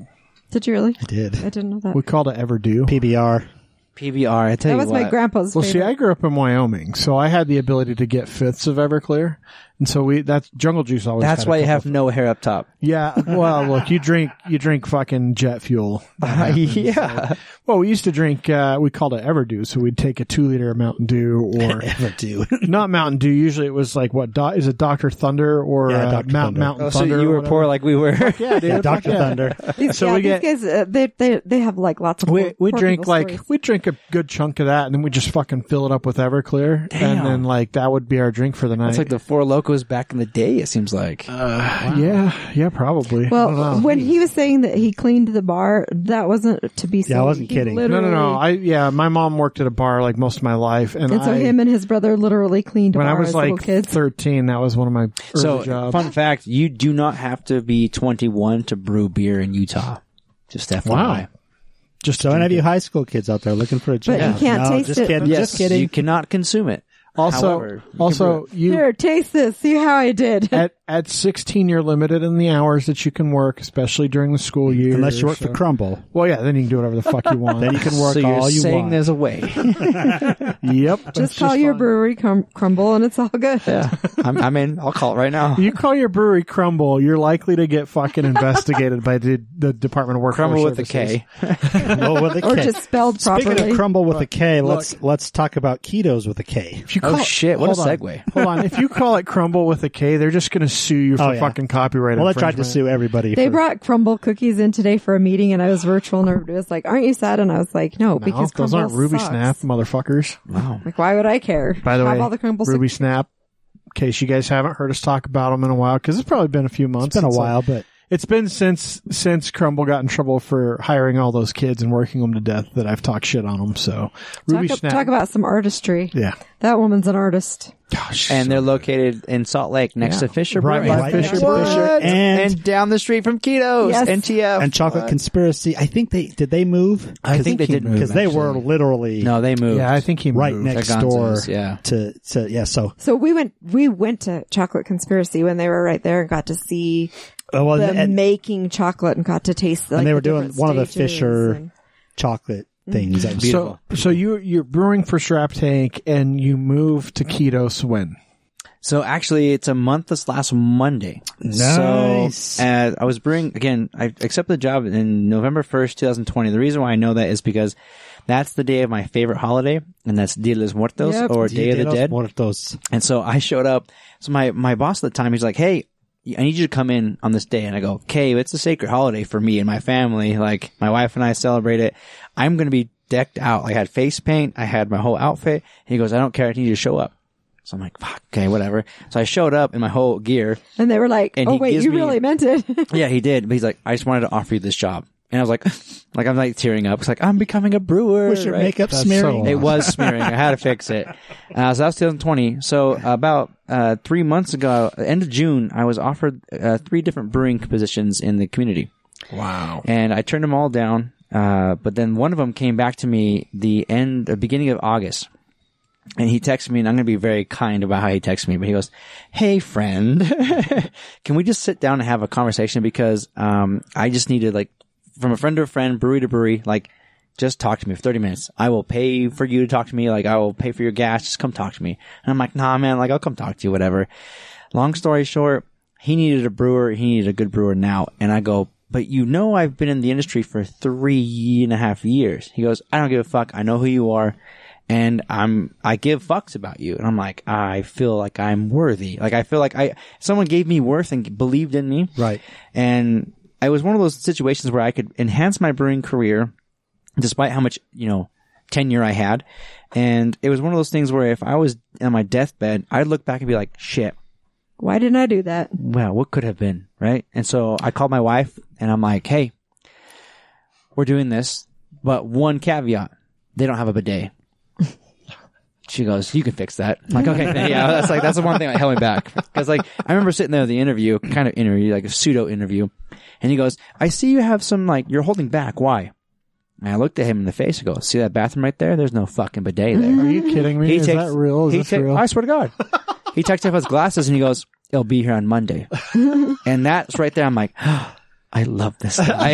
S2: Did you really?
S4: I did.
S2: I didn't know that.
S3: we called it Everdo.
S4: PBR.
S6: PBR. I tell
S2: that
S6: you
S2: was
S6: what.
S2: my grandpa's.
S3: Well, see,
S2: favorite.
S3: I grew up in Wyoming, so I had the ability to get fifths of Everclear, and so we that's jungle juice always.
S6: That's
S3: had a
S6: why you
S3: couple
S6: have no hair up top.
S3: Yeah. Well, look, you drink you drink fucking jet fuel.
S6: Uh-huh. yeah.
S3: Well, we used to drink. Uh, we called it Everdew, so we'd take a two liter of Mountain Dew or
S4: Ever do.
S3: not Mountain Dew. Usually, it was like what do- is it Doctor Thunder or
S4: Yeah,
S3: uh, Mount-
S4: Dr. Thunder.
S3: Mountain
S6: Oh, so
S3: Thunder?
S6: you
S3: or
S6: were
S3: whatever.
S6: poor like we were.
S3: Yeah, dude.
S4: Dr.
S3: fuck yeah.
S4: Thunder.
S2: These,
S3: so
S2: yeah,
S3: we
S2: these
S3: get-
S2: guys. Uh, they they they have like lots of.
S3: We
S2: poor-
S3: we
S2: poor
S3: drink
S2: people
S3: like
S2: stories.
S3: we drink a good chunk of that, and then we just fucking fill it up with Everclear, and then like that would be our drink for the night.
S6: It's like the four locos back in the day, it seems like.
S3: yeah, yeah, probably. I don't
S2: Well,
S3: know.
S2: when he was saying that he cleaned the bar, that wasn't to be.
S4: Yeah, I wasn't
S2: He
S4: kidding. No,
S3: no, no, no.
S2: literally-
S3: I yeah, my mom worked at a bar like most of my life, and,
S2: and so
S3: I,
S2: him and his brother literally cleaned. a
S3: when I
S2: bar
S3: was
S2: as
S3: like
S2: little kids.
S3: 13, that was one of my early
S6: so,
S3: jobs.
S6: fun fact, you do not have to be 21 to brew beer in Utah. Just FYI.
S3: Wow.
S4: Just so any of you high school kids out there looking for a job.
S2: But you can't
S4: no,
S2: taste
S4: just
S2: it.
S4: Kidding,
S6: Yes,
S4: Just kidding.
S6: you cannot consume it.
S3: Also,
S6: However,
S3: also you
S2: Here, taste this. See how I did.
S3: at at 16, you're limited in the hours that you can work, especially during the school year.
S4: Unless you work
S3: so-
S4: for Crumble.
S3: Well, yeah, then you can do whatever the fuck you want.
S4: Then you can work
S6: so you're
S4: all you
S6: saying
S4: want.
S6: there's a way.
S3: yep. It's
S2: just call your
S3: fine.
S2: brewery crum- crumble, and it's all good.
S6: yeah. I'm, I'm in. I'll call it right now.
S3: You call your brewery Crumble, you're likely to get fucking investigated by the, the Department of Workforce
S6: Crumble with a
S3: Services.
S6: K.
S4: Well, with a
S2: Or
S4: K.
S2: just spelled
S4: Speaking
S2: properly.
S4: of crumble with a K, let's let's talk about ketos with a K.
S3: If you
S6: Oh,
S3: call,
S6: shit, what a
S3: hold on.
S6: segue.
S3: hold on. If you call it Crumble with a K, they're just going to sue you for
S4: Oh, yeah.
S3: fucking copyright
S4: Well, I
S3: infringement.
S4: tried to sue everybody.
S2: They
S4: for,
S2: brought crumble cookies in today for a meeting, and I was virtual, and everybody was like, "Aren't you sad?" And I was like, "No,
S3: No, those
S2: because crumble
S3: aren't Ruby
S2: sucks.
S3: Snap, motherfuckers.
S6: Wow.
S2: Like, why would I care?
S3: By the
S2: Have
S3: way,
S2: all the crumble
S3: Ruby Snap. In case you guys haven't heard us talk about them in a while, because it's probably been a few months.
S4: It's been a
S3: since I-
S4: while, but
S3: it's been since since Crumble got in trouble for hiring all those kids and working them to death that I've talked shit on them. So Ruby
S2: talk,
S3: Snap,
S2: talk about some artistry.
S3: yeah,
S2: That woman's an artist.
S3: gosh,
S6: and they're located in Salt Lake next to Fisher
S3: Right
S6: Brewery.
S3: by Fisher
S6: What?
S4: Brewery.
S6: And,
S4: And-
S6: down the street from Keto's,
S2: Yes.
S6: NTF.
S4: and chocolate conspiracy. I think they did. They move.
S6: I think they did move,
S4: because they were literally
S6: no, they moved.
S3: yeah, I think he
S4: right
S3: moved.
S4: next
S6: They're
S4: door.
S6: Gonzo's, yeah.
S4: To to yeah. So
S2: So we went we went to Chocolate Conspiracy when they were right there and got to see
S4: uh, well,
S2: them
S4: and,
S2: making chocolate and got to taste. Like,
S4: and they were
S2: the
S4: doing
S2: different
S4: one of the
S2: stages
S4: Fisher
S2: and-
S4: chocolate things.
S6: Mm-hmm.
S4: That was
S3: So, so you you're brewing for Strap Tank, and you move to Ketos when?
S6: So actually, it's a month this last Monday.
S4: Nice.
S6: So uh, I was brewing, again, I accepted the job in November 1st, 2020. The reason why I know that is because that's the day of my favorite holiday, and that's Dia de los Muertos
S2: Yep.
S6: or Day of the
S4: Los
S6: Dead.
S4: Muertos.
S6: And so I showed up. So my, my boss at the time, he's like, Hey, I need you to come in on this day. And I go, okay, it's a sacred holiday for me and my family. Like my wife and I celebrate it. I'm going to be decked out. I had face paint. I had my whole outfit. And he goes, I don't care. I need you to show up. So I'm like, fuck, okay, whatever. So I showed up in my whole gear.
S2: And they were like,
S6: And
S2: oh,
S6: he
S2: wait,
S6: gives
S2: you
S6: me-
S2: really meant it.
S6: Yeah, he did. But he's like, I just wanted to offer you this job. And I was like, like I'm like tearing up. It's like I'm becoming a brewer.
S4: Was your
S6: right?
S4: makeup
S3: That's
S4: smearing?
S3: so-
S6: It was smearing. I had to fix it. Uh, so that was 2020. So about uh, three months ago, end of June, I was offered uh, three different brewing positions in the community,
S3: Wow.
S6: and I turned them all down. Uh, but then one of them came back to me the end, uh, beginning of August, and he texted me, and I'm going to be very kind about how he texted me, but he goes, Hey friend, can we just sit down and have a conversation? Because, um, I just needed like from a friend to a friend, brewery to brewery, like just talk to me for 30 minutes. I will pay for you to talk to me. Like I will pay for your gas. Just come talk to me. And I'm like, nah, man, like I'll come talk to you, whatever. Long story short, he needed a brewer. He needed a good brewer now. And I go, but you know, I've been in the industry for three and a half years. He goes, I don't give a fuck. I know who you are and I'm I give fucks about you, and I'm like I feel like I'm worthy. Like I feel like I someone gave me worth and believed in me,
S4: Right.
S6: And it was one of those situations where I could enhance my brewing career, despite how much you know tenure I had, and it was one of those things where if I was on my deathbed, I'd look back and be like, shit,
S2: Why didn't I do that?
S6: wow, what could have been, right? And so I called my wife and I'm like, hey, we're doing this, but one caveat, they don't have a bidet. She goes, you can fix that. I'm like, okay, yeah, that's like, that's the one thing that held me back. Cause like, I remember sitting there at the interview, kind of interview, like a pseudo interview, and he goes, I see you have some, like, you're holding back. Why? And I looked at him in the face and go, see that bathroom right there? There's no fucking bidet there.
S3: Are you kidding me?
S6: He
S3: Is
S6: takes,
S3: that real? Is
S6: he
S3: this
S6: ta-
S3: real?
S6: I swear to God. he takes off his glasses and he goes, It'll be here on Monday. and that's right there. I'm like, I love this guy.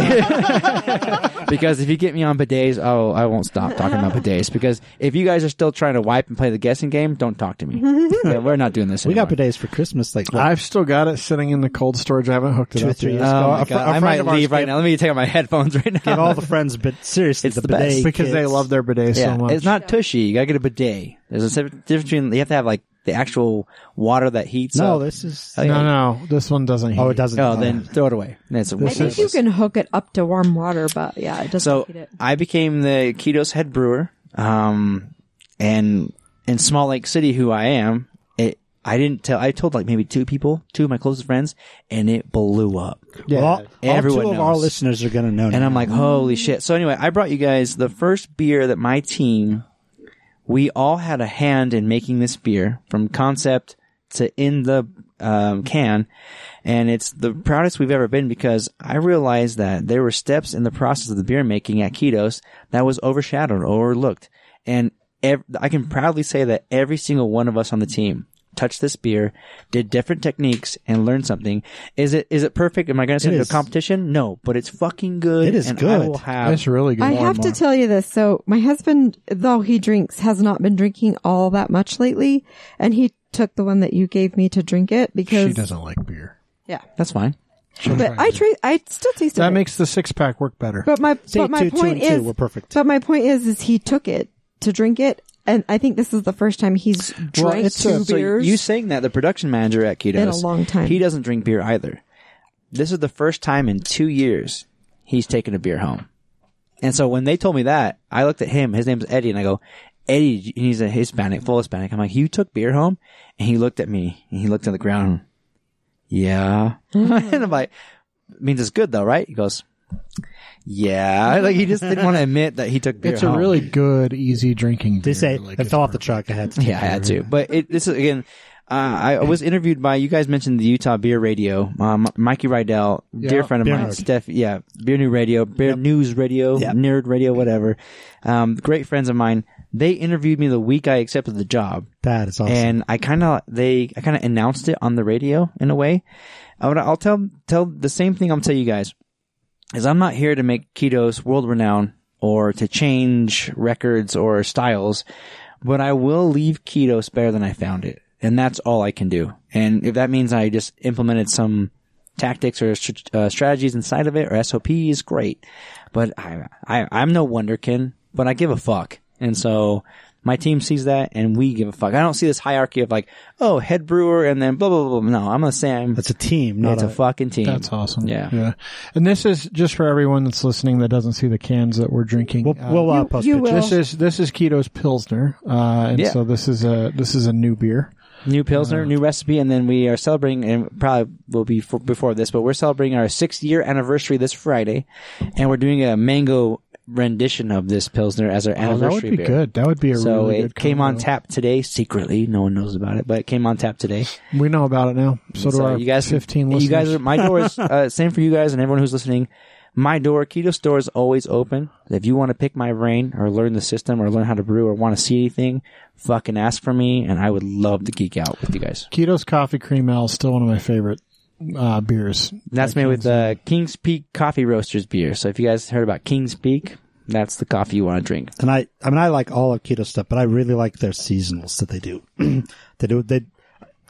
S6: because if you get me on bidets, oh, I won't stop talking about bidets. Because if you guys are still trying to wipe and play the guessing game, don't talk to me. Yeah, We're not doing this
S4: We
S6: anymore.
S4: got bidets for Christmas, like what,
S3: I've still got it sitting in the cold storage. I haven't hooked it
S4: two or
S3: up
S4: three
S3: yet.
S4: years
S6: Oh
S4: ago.
S6: my
S4: A fr-
S6: God.
S4: a
S6: I
S4: friend
S6: might
S4: of ours
S6: leave right
S4: gave-
S6: now. Let me take out my headphones right now.
S4: Give all the friends, but seriously,
S6: It's
S4: the,
S6: the best.
S4: bidet
S3: because they
S4: kids.
S3: love their bidet so much.
S6: It's not tushy. You gotta get a bidet. There's a se- difference between you have to have like the actual water that heats
S4: No,
S6: up.
S4: this is.
S6: Oh, yeah.
S3: No, no, this one doesn't.
S4: Oh,
S3: heat.
S4: it doesn't.
S6: Oh, then throw it away. That's
S2: I think you can hook it up to warm water, but yeah, it doesn't
S6: So
S2: heat it.
S6: I became the Keto's head brewer, um, and in Small Lake City, who I am, it I didn't tell. I told like maybe two people, two of my closest friends, and it blew up.
S4: Well, all,
S6: everyone
S4: all two of our
S6: knows.
S4: listeners are going to know.
S6: And
S4: now.
S6: I'm like, holy shit. So anyway, I brought you guys the first beer that my team, we all had a hand in making this beer from concept to in the um, can. And it's the proudest we've ever been because I realized that there were steps in the process of the beer making at Ketos that was overshadowed, overlooked. And ev- I can proudly say that every single one of us on the team touched this beer, did different techniques, and learned something. Is it is it perfect? Am I going to send
S4: It
S6: it to a
S4: is.
S6: competition? No, but it's fucking good.
S4: It is
S6: and
S4: good.
S6: I will have.
S3: It's really good.
S2: I have to tell you this. So my husband, though he drinks, has not been drinking all that much lately, and he took the one that you gave me to drink it because
S3: she doesn't like beer.
S2: yeah.
S6: That's fine.
S2: But I tra- I still taste it.
S3: That makes the six pack work better.
S2: But my
S4: See,
S2: but my
S4: two- two
S2: point
S4: and two
S2: is
S4: were perfect.
S2: But my point is is he took it to drink it, and I think this is the first time he's drank
S3: it's
S2: two
S3: a-
S6: uh, So
S2: beers.
S6: you saying that the production manager at Ketos
S2: Been a long time.
S6: He doesn't drink beer either. This is the first time in two years he's taken a beer home. And so when they told me that, I looked at him. His name's Eddie, and I go, Eddie. did you-" And he's a Hispanic, full Hispanic. I'm like, you took beer home? And he looked at me. And he looked on the ground. Yeah. and I'm like, means it's good though, right? He goes, Yeah. Like he just didn't want to admit that he took beer.
S3: it's a
S6: home.
S3: really good, easy drinking.
S4: They
S3: beer.
S4: say
S3: Like,
S4: I
S3: it's
S4: fell off the truck. I had to.
S6: Yeah, I had to. But it, this is again. Uh, I was interviewed by you guys mentioned the Utah Beer Radio, um, Mikey Rydell, dear friend of
S4: Beer
S6: mine,
S4: Nerd.
S6: Steph. Yeah, Beer New Radio, Beer News Radio,
S4: Yep.
S6: Nerd Radio, whatever. Um, great friends of mine. They interviewed me the week I accepted the job,
S4: That is awesome.
S6: and I kind of they I kind of announced it on the radio in a way. I would, I'll tell tell the same thing. I'll tell you guys is I'm not here to make ketos world renowned or to change records or styles, but I will leave ketos better than I found it, and that's all I can do. And if that means I just implemented some tactics or str- uh, strategies inside of it or SOPs, great. But I, I I'm no wonderkin, but I give a fuck, and so. My team sees that, and we give a fuck. I don't see this hierarchy of like, oh, head brewer, and then blah blah blah. blah. No, I'm the same.
S4: That's a team, not
S6: It's a fucking team.
S3: That's awesome.
S6: Yeah.
S3: yeah. And this is just for everyone that's listening that doesn't see the cans that we're drinking.
S4: We'll,
S3: Uh,
S4: we'll uh,
S2: You-
S4: post
S2: you
S4: pictures.
S2: will.
S3: This is this is Keto's Pilsner, uh, and
S6: Yeah.
S3: so this is a this is a new beer.
S6: New Pilsner, new recipe, and then we are celebrating, and probably will be for, before this, but we're celebrating our sixth year anniversary this Friday, and we're doing a mango rendition of this Pilsner as our
S3: Oh, that
S6: anniversary
S3: would be
S6: beer.
S3: good. That would be a
S6: So
S3: really
S6: it
S3: good
S6: came on
S3: combo.
S6: tap today secretly. No one knows about it, but it came on tap today.
S3: We know about it now. So do our
S6: you guys,
S3: 15
S6: you
S3: listeners.
S6: guys, are, my door is uh, same for you guys and everyone who's listening. My door, keto store is always open. If you want to pick my brain or learn the system or learn how to brew or want to see anything, fucking ask for me, and I would love to geek out with you guys.
S3: Keto's Coffee Cream Ale is still one of my favorite uh, beers.
S6: And that's made with uh, Kings Peak Coffee Roasters beer. So if you guys heard about Kings Peak, that's the coffee you want to drink.
S4: and I I mean I like all of keto stuff, but I really like their seasonals that they do. they do they.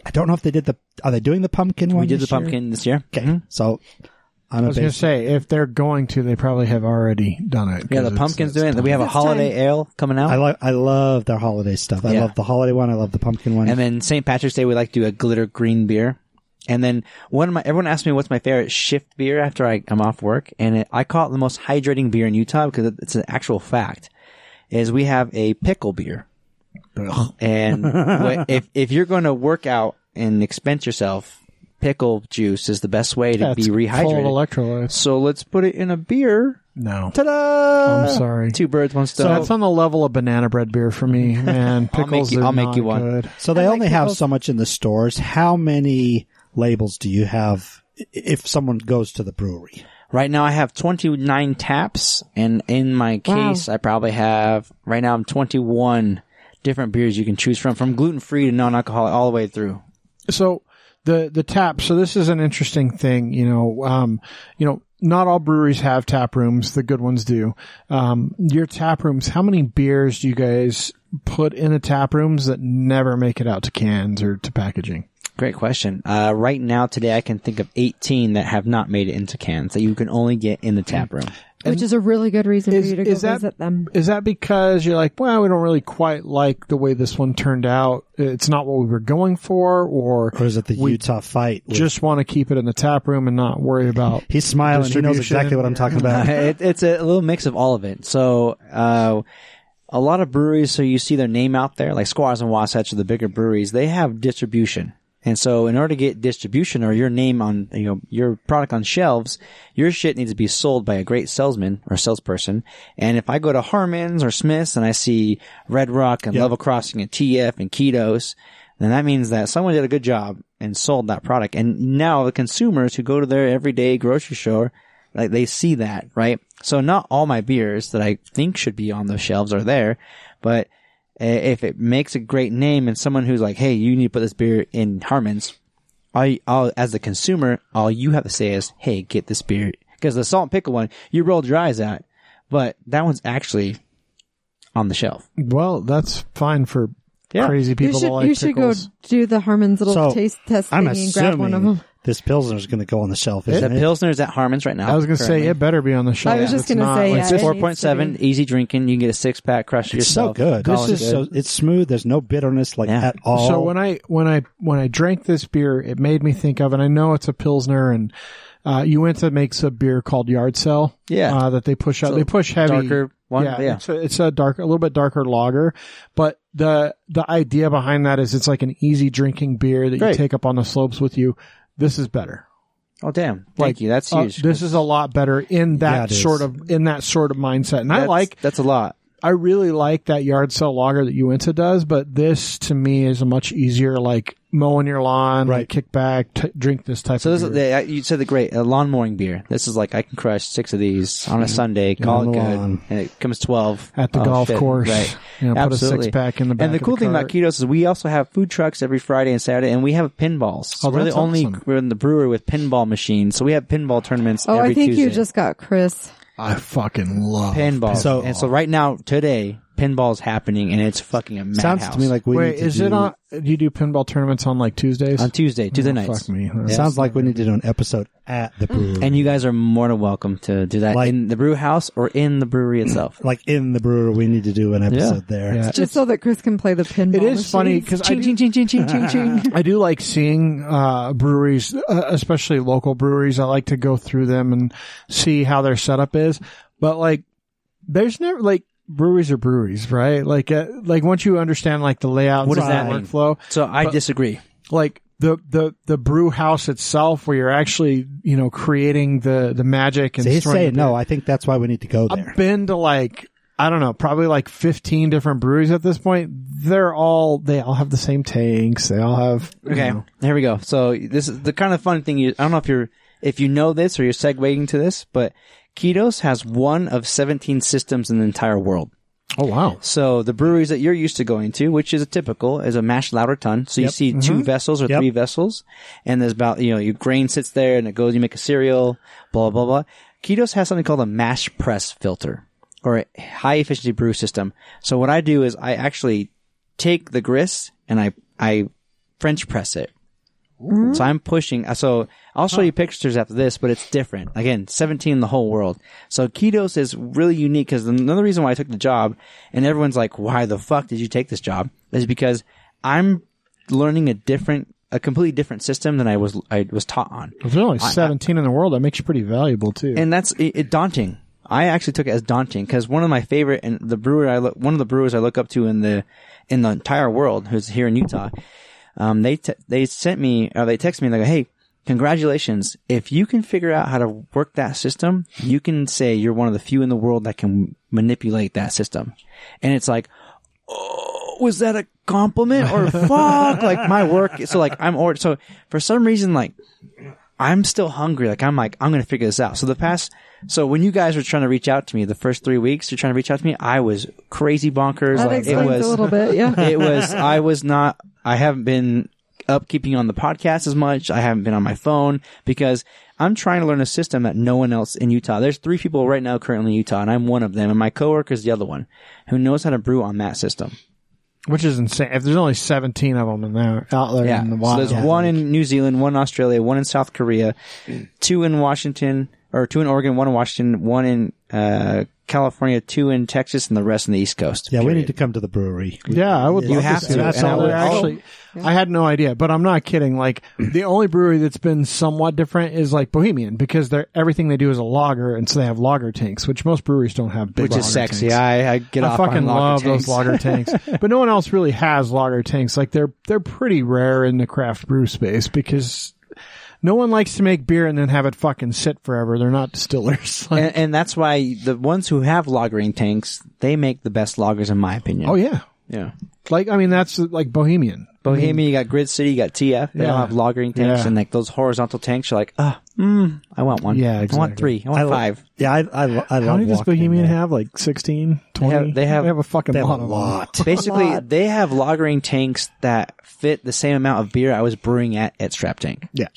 S4: I don't know if they did the. Are they doing the pumpkin one?
S6: We did the
S4: this year?
S6: pumpkin Mm-hmm. this year.
S4: Okay, so I'm
S3: I
S4: a
S3: was going to
S4: big.
S3: say, if they're going to, they probably have already done it. 'cause
S6: Yeah, the
S3: it's-
S6: pumpkin's
S3: it's
S6: doing it. We have a
S2: It's
S6: holiday
S2: time.
S6: ale coming out.
S4: I like I love their holiday stuff. I
S6: Yeah.
S4: love the holiday one. I love the pumpkin one.
S6: And then St. Patrick's Day, we like to do a glitter green beer. And then one of my everyone asks me what's my favorite shift beer after I, I'm off work, and it, I call it the most hydrating beer in Utah because it- it's an actual fact. Is we have a pickle beer, and what, if if you're going to work out and expense yourself, pickle juice is the best way to
S3: yeah,
S6: be
S3: it's Full of
S6: rehydrated.
S3: electrolytes.
S6: So let's put it in a beer.
S3: No.
S6: Ta-da!
S3: I'm sorry.
S6: Two birds, one
S3: So
S6: stone.
S3: that's on the level of banana bread beer for me, man.
S6: I'll make
S3: Pickles
S6: you-
S3: is
S6: I'll make
S3: not
S6: you one.
S3: good.
S4: So they only have so much in the stores. How many labels do you have i- if someone goes to the brewery?
S6: Right now I have 29 taps and in my case I probably have right now I'm 21 different beers you can choose from from gluten-free to non-alcoholic all the way through.
S3: so the the tap so this is an interesting thing you know um you know not all breweries have tap rooms the good ones do um your tap rooms how many beers do you guys put in a tap rooms that never make it out to cans or to packaging
S6: Great question. Uh, right now today I can think of 18 that have not made it into cans that you can only get in the tap room.
S2: which is a really good reason for you to go visit them.
S3: is that because you're like well we don't really quite like the way this one turned out it's not what we were going for or
S4: Or is it the
S3: We
S4: Utah fight? with-
S3: just want to keep it in the tap room and not worry about
S4: he's smiling. He knows
S3: Distribution.
S4: exactly what I'm talking about.
S6: it, it's a little mix of all of it. So, uh, a lot of breweries, so you see their name out there, like Squaws and Wasatch are the bigger breweries, they have distribution. And so in order to get distribution or your name on, you know, your product on shelves, your shit needs to be sold by a great salesman or salesperson. And if I go to Harmon's or Smith's and I see Red Rock and Level Crossing and TF and Ketos, then that means that someone did a good job and sold that product. And now the consumers who go to their everyday grocery store, like they see that, right? So not all my beers that I think should be on the shelves are there, but i- if it makes a great name and someone who's like, "Hey, you need to put this beer in Harmons," I, I'll, as the consumer, all you have to say is, "Hey, get this beer," because the salt and pickle one you rolled your eyes at, but that one's actually on the shelf.
S3: well that's fine for crazy people
S2: You
S3: that
S2: should
S3: like
S2: you should go
S3: pickles.
S2: do the Harmon's little
S4: So,
S2: taste test
S4: I'm
S2: thing and grab one of them.
S4: assuming this Pilsner is going to go on the shelf,
S6: The
S4: isn't it?
S6: Pilsner's at Harmons right now.
S3: I was gonna say
S6: currently.
S3: it better be on the shelf.
S2: I was just
S3: It's
S2: gonna
S3: not,
S2: say,
S3: like,
S2: yeah,
S6: It's
S2: it needs to
S6: four point seven,
S2: be.
S6: easy drinking. You can get a six pack, crush it
S4: It's so
S6: yourself.
S4: good.
S6: Call
S4: This
S6: it
S4: is
S6: good.
S4: so it's smooth. There's no bitterness like
S6: Yeah.
S4: at all.
S3: So when I when I when I drank this beer, it made me think of, and I know it's a pilsner, and uh, Uinta makes a beer called Yard Cell.
S6: Yeah.
S3: uh, that they push out.
S6: So
S3: they push heavy,
S6: darker one,
S3: Yeah,
S6: yeah.
S3: It's, a, it's a dark, a little bit darker lager, but the the idea behind that is it's like an easy drinking beer that you
S6: Great.
S3: take up on the slopes with you. This is better.
S6: Oh damn! Thank
S3: Like,
S6: you. That's
S3: uh,
S6: huge.
S3: this is a lot better in
S4: Yeah,
S3: that
S4: it is.
S3: sort of in that sort of mindset, and I
S6: That's-
S3: like
S6: that's a lot.
S3: I really like that yard sale lager that Uinta does, but this to me is a much easier like mowing your lawn,
S4: Right.
S3: like kick back, t- drink this type.
S6: So
S3: of
S6: this is
S3: beer.
S6: the, you said the great a lawn mowing beer. This is like I can crush six of these on a Sunday, call
S4: On
S6: it
S4: the
S6: good,
S4: lawn.
S6: and it comes twelve
S3: at the
S6: Oh,
S3: golf
S6: shit.
S3: course.
S6: Right,
S3: You know, put a
S6: absolutely.
S3: six pack in the back.
S6: and the
S3: of
S6: cool thing about
S3: cart.
S6: Ketos is we also have food trucks every Friday and Saturday, and we have pinballs.
S3: Oh,
S6: we're the
S3: that's
S6: only
S3: awesome.
S6: we're in the brewer with pinball machines, so we have pinball tournaments.
S2: Oh,
S6: every
S2: I think
S6: Tuesday.
S2: you just got Chris.
S3: I fucking love
S6: pinball.
S4: So-
S6: and so right now today, pinball's happening, and it's fucking a madhouse.
S4: sounds to me like we
S3: Wait,
S4: need to
S3: is
S4: do,
S3: it on? Do you do pinball tournaments on like Tuesdays?
S6: on Tuesday, Tuesday
S3: Oh,
S6: nights.
S3: Fuck me.
S4: Sounds like we need to do an episode at
S3: Mm.
S4: the brewery,
S6: And you guys are more than welcome to do that
S4: Like-
S6: in the brew house or in the brewery itself.
S4: like in the brewery. We need to do an episode there.
S3: Yeah.
S2: Just so that Chris can play the pinball.
S3: It is funny
S2: machine.
S3: because I do, I do like seeing uh, breweries, uh, especially local breweries. I like to go through them and see how their setup is. But like, there's never like breweries are breweries, right? Like, uh, like once you understand like the layout,
S6: What does
S3: and
S6: that
S3: the
S6: mean?
S3: workflow,
S6: So I
S3: But-
S6: disagree.
S3: like the the the brew house itself, where you're actually you know creating the the magic and
S4: So he's
S3: storing
S4: saying
S3: the
S4: no. I think that's why we need to go there.
S3: I've been to like I don't know, probably like fifteen different breweries at this point. They're all they all have the same tanks. They all have you
S6: Okay,
S3: know.
S6: here we go. So this is the kind of fun thing. You, I don't know if you're if you know this or you're segueing to this, but Ketos has one of 17 systems in the entire world.
S3: Oh wow,
S6: So the breweries that you're used to going to, which is a typical, is a mash louder ton. So you see two vessels or
S4: Yep.
S6: three vessels, and there's about you know your grain sits there and it goes. You make a cereal, blah blah blah. Ketos has something called a mash press filter or a high efficiency brew system. So what I do is I actually take the grist and I I French press it. So I'm pushing. uh, So I'll show you pictures after this, but it's different. Again, 17 in the whole world. So Ketos is really unique because another reason why I took the job, and everyone's like, "Why the fuck did you take this job?" is because I'm learning a different, a completely different system than I was I was taught on,
S3: if there's only seventeen in the world, that makes you pretty valuable too.
S6: and that's it, it daunting. I actually took it as daunting because one of my favorite and the brewer I look, one of the brewers I look up to in the in the entire world who's here in Utah, um, they te- they sent me or they texted me and they go, hey, congratulations! If you can figure out how to work that system, you can say you're one of the few in the world that can manipulate that system. And it's like, oh, was that a compliment or fuck? Like my work. So like I'm or so for some reason like I'm still hungry. Like I'm like I'm gonna figure this out. So the past. So when you guys were trying to reach out to me the first three weeks, you're trying to reach out to me. I was crazy bonkers.
S2: That
S6: like it
S2: explains
S6: was
S2: a little bit. Yeah.
S6: it was I was not I haven't been upkeeping on the podcast as much. I haven't been on my phone because I'm trying to learn a system that no one else in Utah. There's three people right now currently in Utah, and I'm one of them, and my coworker is the other one who knows how to brew on that system.
S3: Which is insane. If there's only 17 of them in there, out there
S6: Yeah.
S3: in the
S6: so
S3: wild.
S6: there's one in New Zealand, one in Australia, one in South Korea, two in Washington, or two in Oregon, one in Washington, one in uh, California, two in Texas, and the rest in the East Coast.
S4: yeah, we
S6: period.
S4: need to come to the brewery.
S3: Yeah, I would.
S6: You
S3: love
S6: have
S3: see
S6: to,
S3: that.
S6: and I
S3: So
S6: would-
S3: they're actually, I had no idea, but I'm not kidding. Like the only brewery that's been somewhat different is like Bohemian because they're everything they do is a lager, and so they have lager tanks, which most breweries don't have. Big
S6: Which is
S3: lager
S6: sexy.
S3: tanks.
S6: I, I get
S3: I
S6: off
S3: fucking
S6: on lager
S3: love
S6: tanks.
S3: those lager tanks, but no one else really has lager tanks. Like they're they're pretty rare in the craft brew space because no one likes to make beer and then have it fucking sit forever. They're not distillers. Like,
S6: and, and that's why the ones who have lagering tanks, they make the best loggers, in my opinion.
S3: oh yeah,
S6: yeah.
S3: like I mean that's like Bohemian.
S6: Bohemia, you got Grid City, you got TF. They
S3: Yeah.
S6: all have lagering tanks,
S3: Yeah.
S6: and like those horizontal tanks, you're like, ah, mm, I want one.
S3: Yeah,
S6: I want
S3: exactly.
S6: three. I want
S4: lo-
S6: five.
S4: Yeah, I I, lo- I love.
S3: How many does
S4: walking
S3: Bohemian
S4: there.
S3: have? Like 16, 20?
S6: have- they have-
S3: a fucking
S4: They have
S3: lot
S4: a
S3: of
S4: lot.
S6: Basically, they have lagering tanks that fit the same amount of beer I was brewing at at Strap Tank.
S3: Yeah.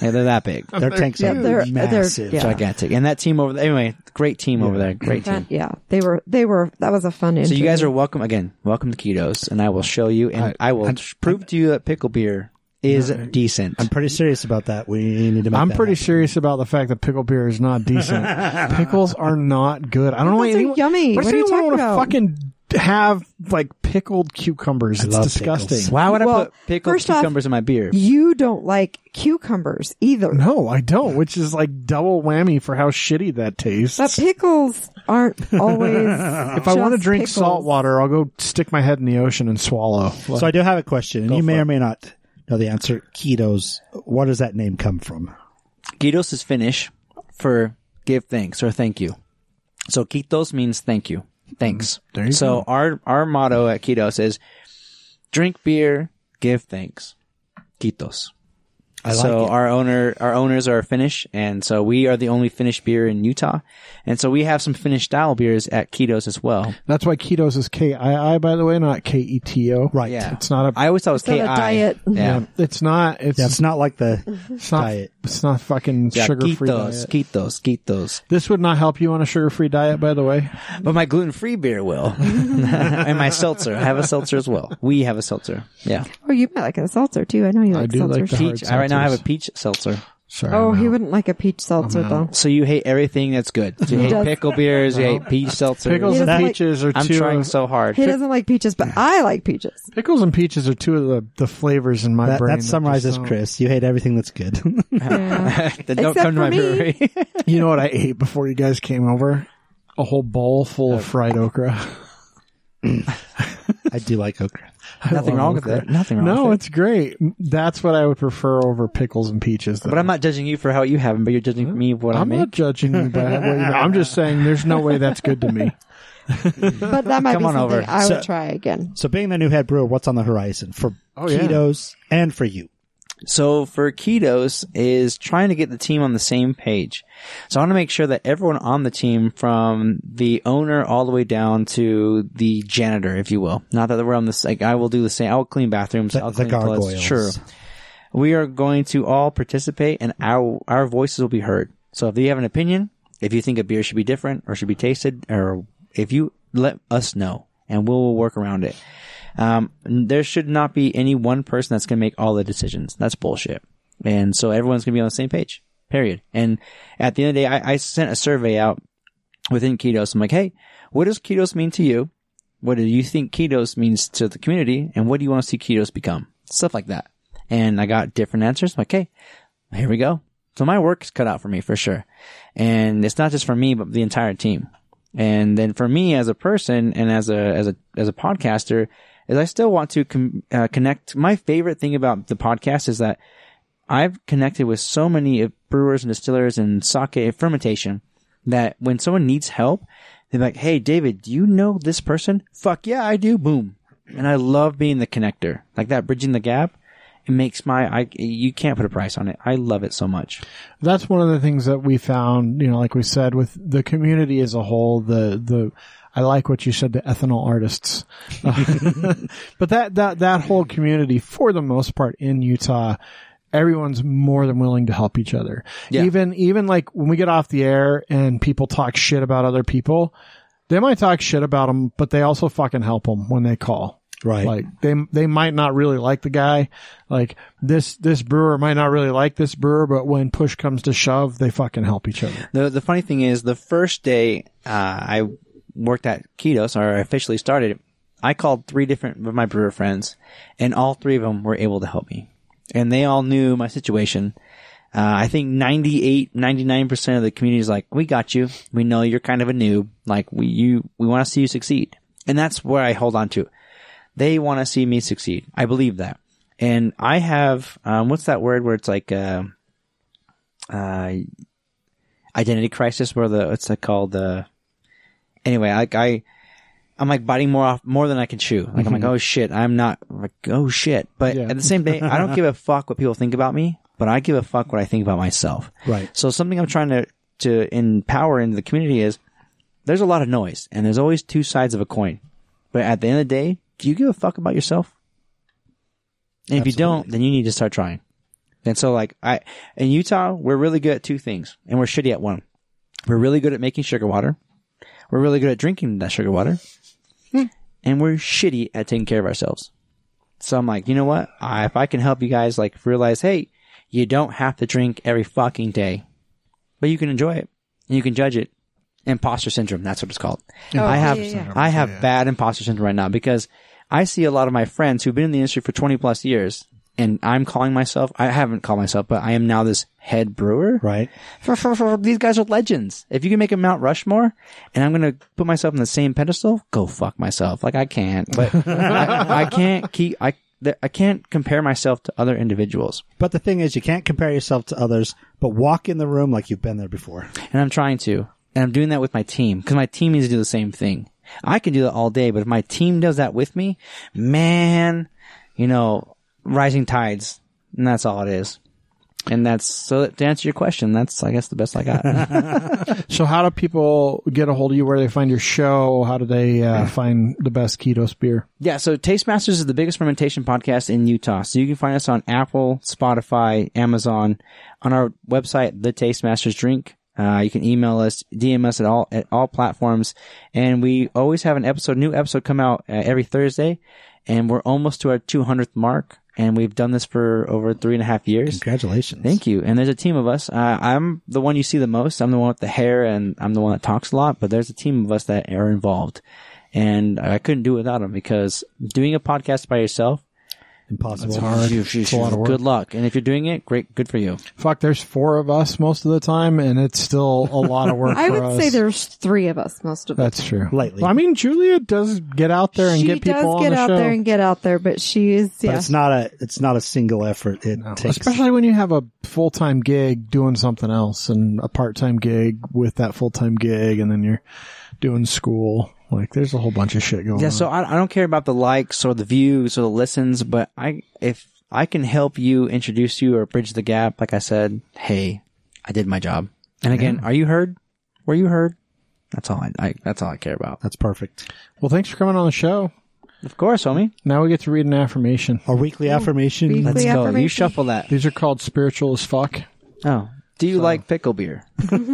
S6: And they're that big,
S4: Their tanks are
S2: Yeah, they're- they're-
S4: massive.
S2: yeah.
S6: gigantic. And that team over there, anyway, great team over there, great team.
S2: That- yeah. They were, they were, that was a fun
S6: So
S2: interview.
S6: you guys are welcome again. Welcome to Ketos, and I will show you, and I, will prove to you that pickle beer is decent.
S4: I'm pretty serious about that. We need to. Make
S3: I'm
S4: that
S3: pretty
S4: happen.
S3: serious about the fact that pickle beer is not decent. Pickles are not good. I don't know why
S2: Pickles are
S3: anyone.
S2: yummy.
S3: why does
S2: What are you
S3: anyone
S2: talking
S3: wanna
S2: about?
S3: Fucking have like pickled cucumbers. it's
S4: love
S3: disgusting.
S4: pickles.
S6: Why would I
S2: Well,
S6: put pickled
S2: first off-
S6: cucumbers in my beer?
S2: You don't like cucumbers either.
S3: No, I don't. Which is like double whammy for how shitty that tastes.
S2: But pickles aren't always.
S3: if I want to drink salt water, I'll go stick my head in the ocean and swallow.
S4: So I do have a question, and you may
S3: for
S4: or may not know the answer. Ketos. Where does that name come from?
S6: Kitos is Finnish for give thanks or thank you. So Kitos means thank you, thanks.
S3: There you
S6: so our our motto at Kitos is drink beer, give thanks. Kitos.
S4: like
S6: so
S4: it.
S6: our owner our owners are Finnish, and so we are the only Finnish beer in Utah, and so we have some Finnish style beers at Kitos as well.
S3: That's why ketos is K I I by the way, not K E T O.
S4: Right.
S6: Yeah,
S3: It's not a.
S6: I always thought it was
S2: It's not
S6: Ki.
S2: a diet.
S6: Yeah.
S3: it's not. It's,
S4: Yeah, it's not like the
S3: it's not.
S4: diet.
S3: It's not fucking
S6: Yeah,
S3: sugar free.
S6: Kitos, Kitos, Kitos.
S3: This would not help you on a sugar free diet, by the way.
S6: But my gluten free beer will. and my seltzer. I have a seltzer as well. We have a seltzer. Yeah.
S2: Oh, you might like a seltzer too. I know you like
S3: do like
S2: seltzers.
S3: the hard
S6: Peach. I right now have a
S3: seltzers.
S6: peach seltzer.
S3: Sorry.
S2: oh, he wouldn't like a peach seltzer though.
S6: So you hate everything that's good. You hate
S2: does.
S6: pickle beers, you hate peach seltzers.
S3: pickles
S2: He
S3: and
S2: doesn't like-
S3: peaches are
S6: I'm
S3: two.
S6: trying
S3: of-
S6: so hard.
S2: He doesn't like peaches, but I like peaches.
S3: pickles and peaches are two of the, the flavors in my
S4: that,
S3: brain.
S4: that
S3: just
S4: summarizes
S3: don't-
S4: Chris. You hate everything that's good.
S6: Then don't
S2: Except
S6: come to my
S2: for me.
S6: brewery.
S3: You know what I ate before you guys came over? A whole bowl full of fried okra.
S4: I do like okra.
S6: Nothing wrong with it. Nothing wrong
S3: No,
S6: with it.
S3: it's great. That's what I would prefer over pickles and peaches. Though.
S6: But I'm not judging you for how you have them, but you're judging me for what I
S3: I'm not
S6: make.
S3: judging you, but I'm just saying there's no way that's good to me.
S2: But that might
S6: Come
S2: be
S6: on
S2: something
S6: over.
S2: I
S4: So-
S2: would try again.
S4: So being the new head brewer, what's on the horizon for
S3: Oh, yeah.
S4: ketos and for you?
S6: So for ketos is trying to get the team on the same page. So I want to make sure that everyone on the team from the owner all the way down to the janitor, if you will. Not that we're on this, like I will do the same. I will clean bathrooms.
S4: The,
S6: I'll
S4: the
S6: clean toilets.
S4: gargoyles.
S6: Sure. we are going to all participate and our our voices will be heard. So if you have an opinion, if you think a beer should be different or should be tasted, or if you let us know and we'll work around it. Um, there should not be any one person that's going to make all the decisions. That's bullshit. And so everyone's going to be on the same page. Period. And at the end of the day, I, I sent a survey out within ketos. I'm like, hey, what does ketos mean to you? What do you think ketos means to the community? And what do you want to see ketos become? Stuff like that. And I got different answers. I'm like, hey, here we go. So my work is cut out for me for sure. And it's not just for me, but the entire team. And then for me as a person and as a, as a, as a podcaster is I still want to com- uh, connect. My favorite thing about the podcast is that I've connected with so many brewers and distillers and sake fermentation that when someone needs help, they're like, "Hey, David, do you know this person?" Fuck yeah, I do. Boom. And I love being the connector, like that, bridging the gap. It makes my I you can't put a price on it. I love it so much.
S3: that's one of the things that we found, you know, like we said with the community as a whole, the, the, I like what you said, the ethanol artists. but that, that, that whole community, for the most part in Utah, everyone's more than willing to help each other.
S6: Yeah.
S3: Even, even like when we get off the air and people talk shit about other people, they might talk shit about them, but they also fucking help them when they call.
S4: Right.
S3: Like they they might not really like the guy. Like this this brewer might not really like this brewer, but when push comes to shove, they fucking help each other.
S6: The the funny thing is, the first day uh, I worked at Ketos, or I officially started, I called three different of my brewer friends, and all three of them were able to help me, and they all knew my situation. Uh, I think 98, 99% of the community is like, we got you. We know you're kind of a noob. Like we, you, we want to see you succeed. And that's where I hold on to. They want to see me succeed. I believe that. And I have, um, what's that word where it's like, uh, uh, identity crisis where the what's that called the anyway I, I i'm like biting more off more than i can chew like i'm like oh shit i'm not like oh shit but
S3: Yeah.
S6: at the same day i don't give a fuck what people think about me but i give a fuck what i think about myself
S4: Right.
S6: so something i'm trying to to empower into the community is there's a lot of noise and there's always two sides of a coin but at the end of the day do you give a fuck about yourself and if you don't then you need to start trying and so like I in Utah, we're really good at two things and we're shitty at one. We're really good at making sugar water. We're really good at drinking that sugar water. And we're shitty at taking care of ourselves. So I'm like, you know what? I, if I can help you guys like realize, hey, you don't have to drink every fucking day, but you can enjoy it and you can judge it. Imposter syndrome. That's what it's called. I have, I have bad imposter syndrome right now because I see a lot of my friends who've been in the industry for 20 plus years and I'm calling myself, I haven't called myself, but I am now this head brewer.
S4: Right.
S6: For, for, for, these guys are legends. If you can make a Mount Rushmore, and I'm going to put myself on the same pedestal, go fuck myself. Like I can't, but I, I can't keep. I th- I can't compare myself to other individuals,
S4: But the thing is, you can't compare yourself to others, but walk in the room like you've been there before.
S6: and I'm trying to, and I'm doing that with my team because my team needs to do the same thing. I can do that all day, but if my team does that with me, man, you know, rising tides, and that's all it is. And that's so to answer your question, that's I guess the best I got.
S3: So how do people get a hold of you? Where do they find your show? How do they uh, find the best keto beer?
S6: Yeah, so Tastemasters is the biggest fermentation podcast in Utah. So you can find us on Apple, Spotify, Amazon, on our website, The Tastemasters Drink. Uh, you can email us, DM us at all at all platforms, and we always have an episode, new episode come out uh, every Thursday, and we're almost to our 200th mark, and we've done this for over three and a half years.
S4: Congratulations.
S6: Thank you. And there's a team of us. Uh, I'm the one you see the most. I'm the one with the hair and I'm the one that talks a lot, but there's a team of us that are involved. And I couldn't do it without them because doing a podcast by yourself
S4: Impossible.
S3: It's hard.
S6: Phew, phew,
S3: It's a lot
S6: phew.
S3: of work.
S6: Good luck. And if you're doing it, great, good for you.
S3: Fuck, there's four of us most of the time, and it's still a lot of work.
S2: I
S3: for
S2: would
S3: us.
S2: say there's three of us most of the
S3: That's true.
S4: Lately.
S3: Well, I mean, Julia does get out there and
S2: she
S3: get people
S2: does
S3: on
S2: get
S3: the
S2: out
S3: show,
S2: there and get out there, but she is
S4: But
S2: yeah.
S4: it's not a it's not a single effort. It
S3: No,
S4: takes
S3: especially when you have a full time gig doing something else and a part time gig with that full time gig, and then you're doing school. Like, there's a whole bunch of shit going
S6: Yeah,
S3: on.
S6: so I, I don't care about the likes or the views or the listens, but I if I can help you introduce you or bridge the gap, like I said, hey, I did my job. And again, are you heard? Were you heard? That's all I, I that's all I care about.
S4: that's perfect.
S3: well, thanks for coming on the show.
S6: Of course, homie.
S3: Now we get to read an affirmation.
S4: Our weekly affirmation.
S2: weekly-
S6: Let's go. You
S2: affirmation.
S6: shuffle that.
S3: These are called spiritual as fuck.
S6: Oh. Do you like pickle beer?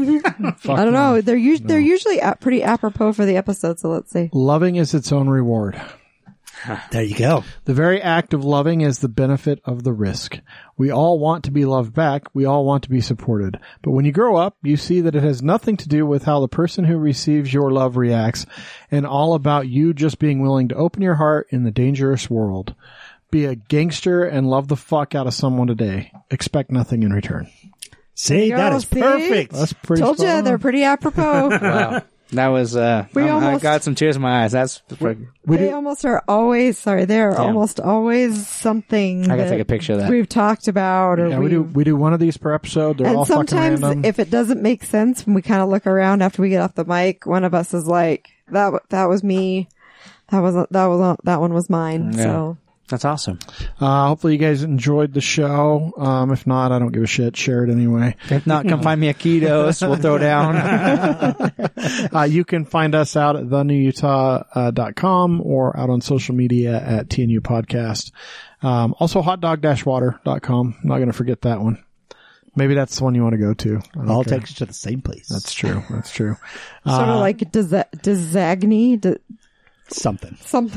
S2: I don't know. They're us- they're usually a- pretty apropos for the episode. So let's see.
S3: Loving is its own reward.
S4: There you go.
S3: The very act of loving is the benefit of the risk. We all want to be loved back. We all want to be supported. But when you grow up, you see that it has nothing to do with how the person who receives your love reacts and all about you just being willing to open your heart in the dangerous world. Be a gangster and love the fuck out of someone today. Expect nothing in return.
S4: See,
S2: you
S4: that
S2: go,
S4: is
S2: see?
S4: perfect.
S3: That's pretty
S2: Told
S3: spot
S2: you
S3: on.
S2: they're pretty apropos.
S6: Wow. That was uh
S2: We
S6: I'm-
S2: almost-
S6: I got some tears in my eyes. That's
S3: We
S2: they
S3: do-
S2: almost are always sorry. They're almost always something.
S6: I gotta
S2: that
S6: take a picture of that.
S2: We've talked about or
S3: yeah, we do
S2: we've-
S3: we do one of these per episode. They're all
S2: And
S3: fucking
S2: sometimes
S3: random.
S2: if it doesn't make sense, when we kind of look around after we get off the mic, one of us is like, "That w- that was me. That was that was that one was mine." So
S6: that's awesome.
S3: uh, hopefully you guys enjoyed the show. Um, if not, I don't give a shit. Share it anyway.
S6: If not, come find me a ketos. We'll throw down.
S3: Uh, you can find us out at thenewutah.com or out on social media at TNU Podcast. Um, also hotdog-water.com. Not going to forget that one. Maybe that's the one you want to go to. I don't
S4: All
S3: care.
S4: takes you to the same place.
S3: That's true. That's true.
S2: sort of like does that does Zagny d-
S4: something.
S2: some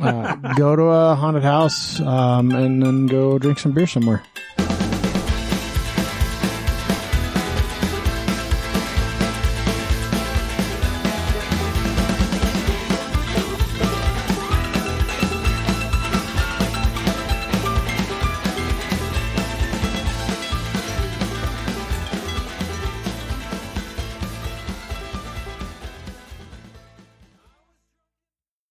S3: Uh, go to a haunted house, um, and then go drink some beer somewhere.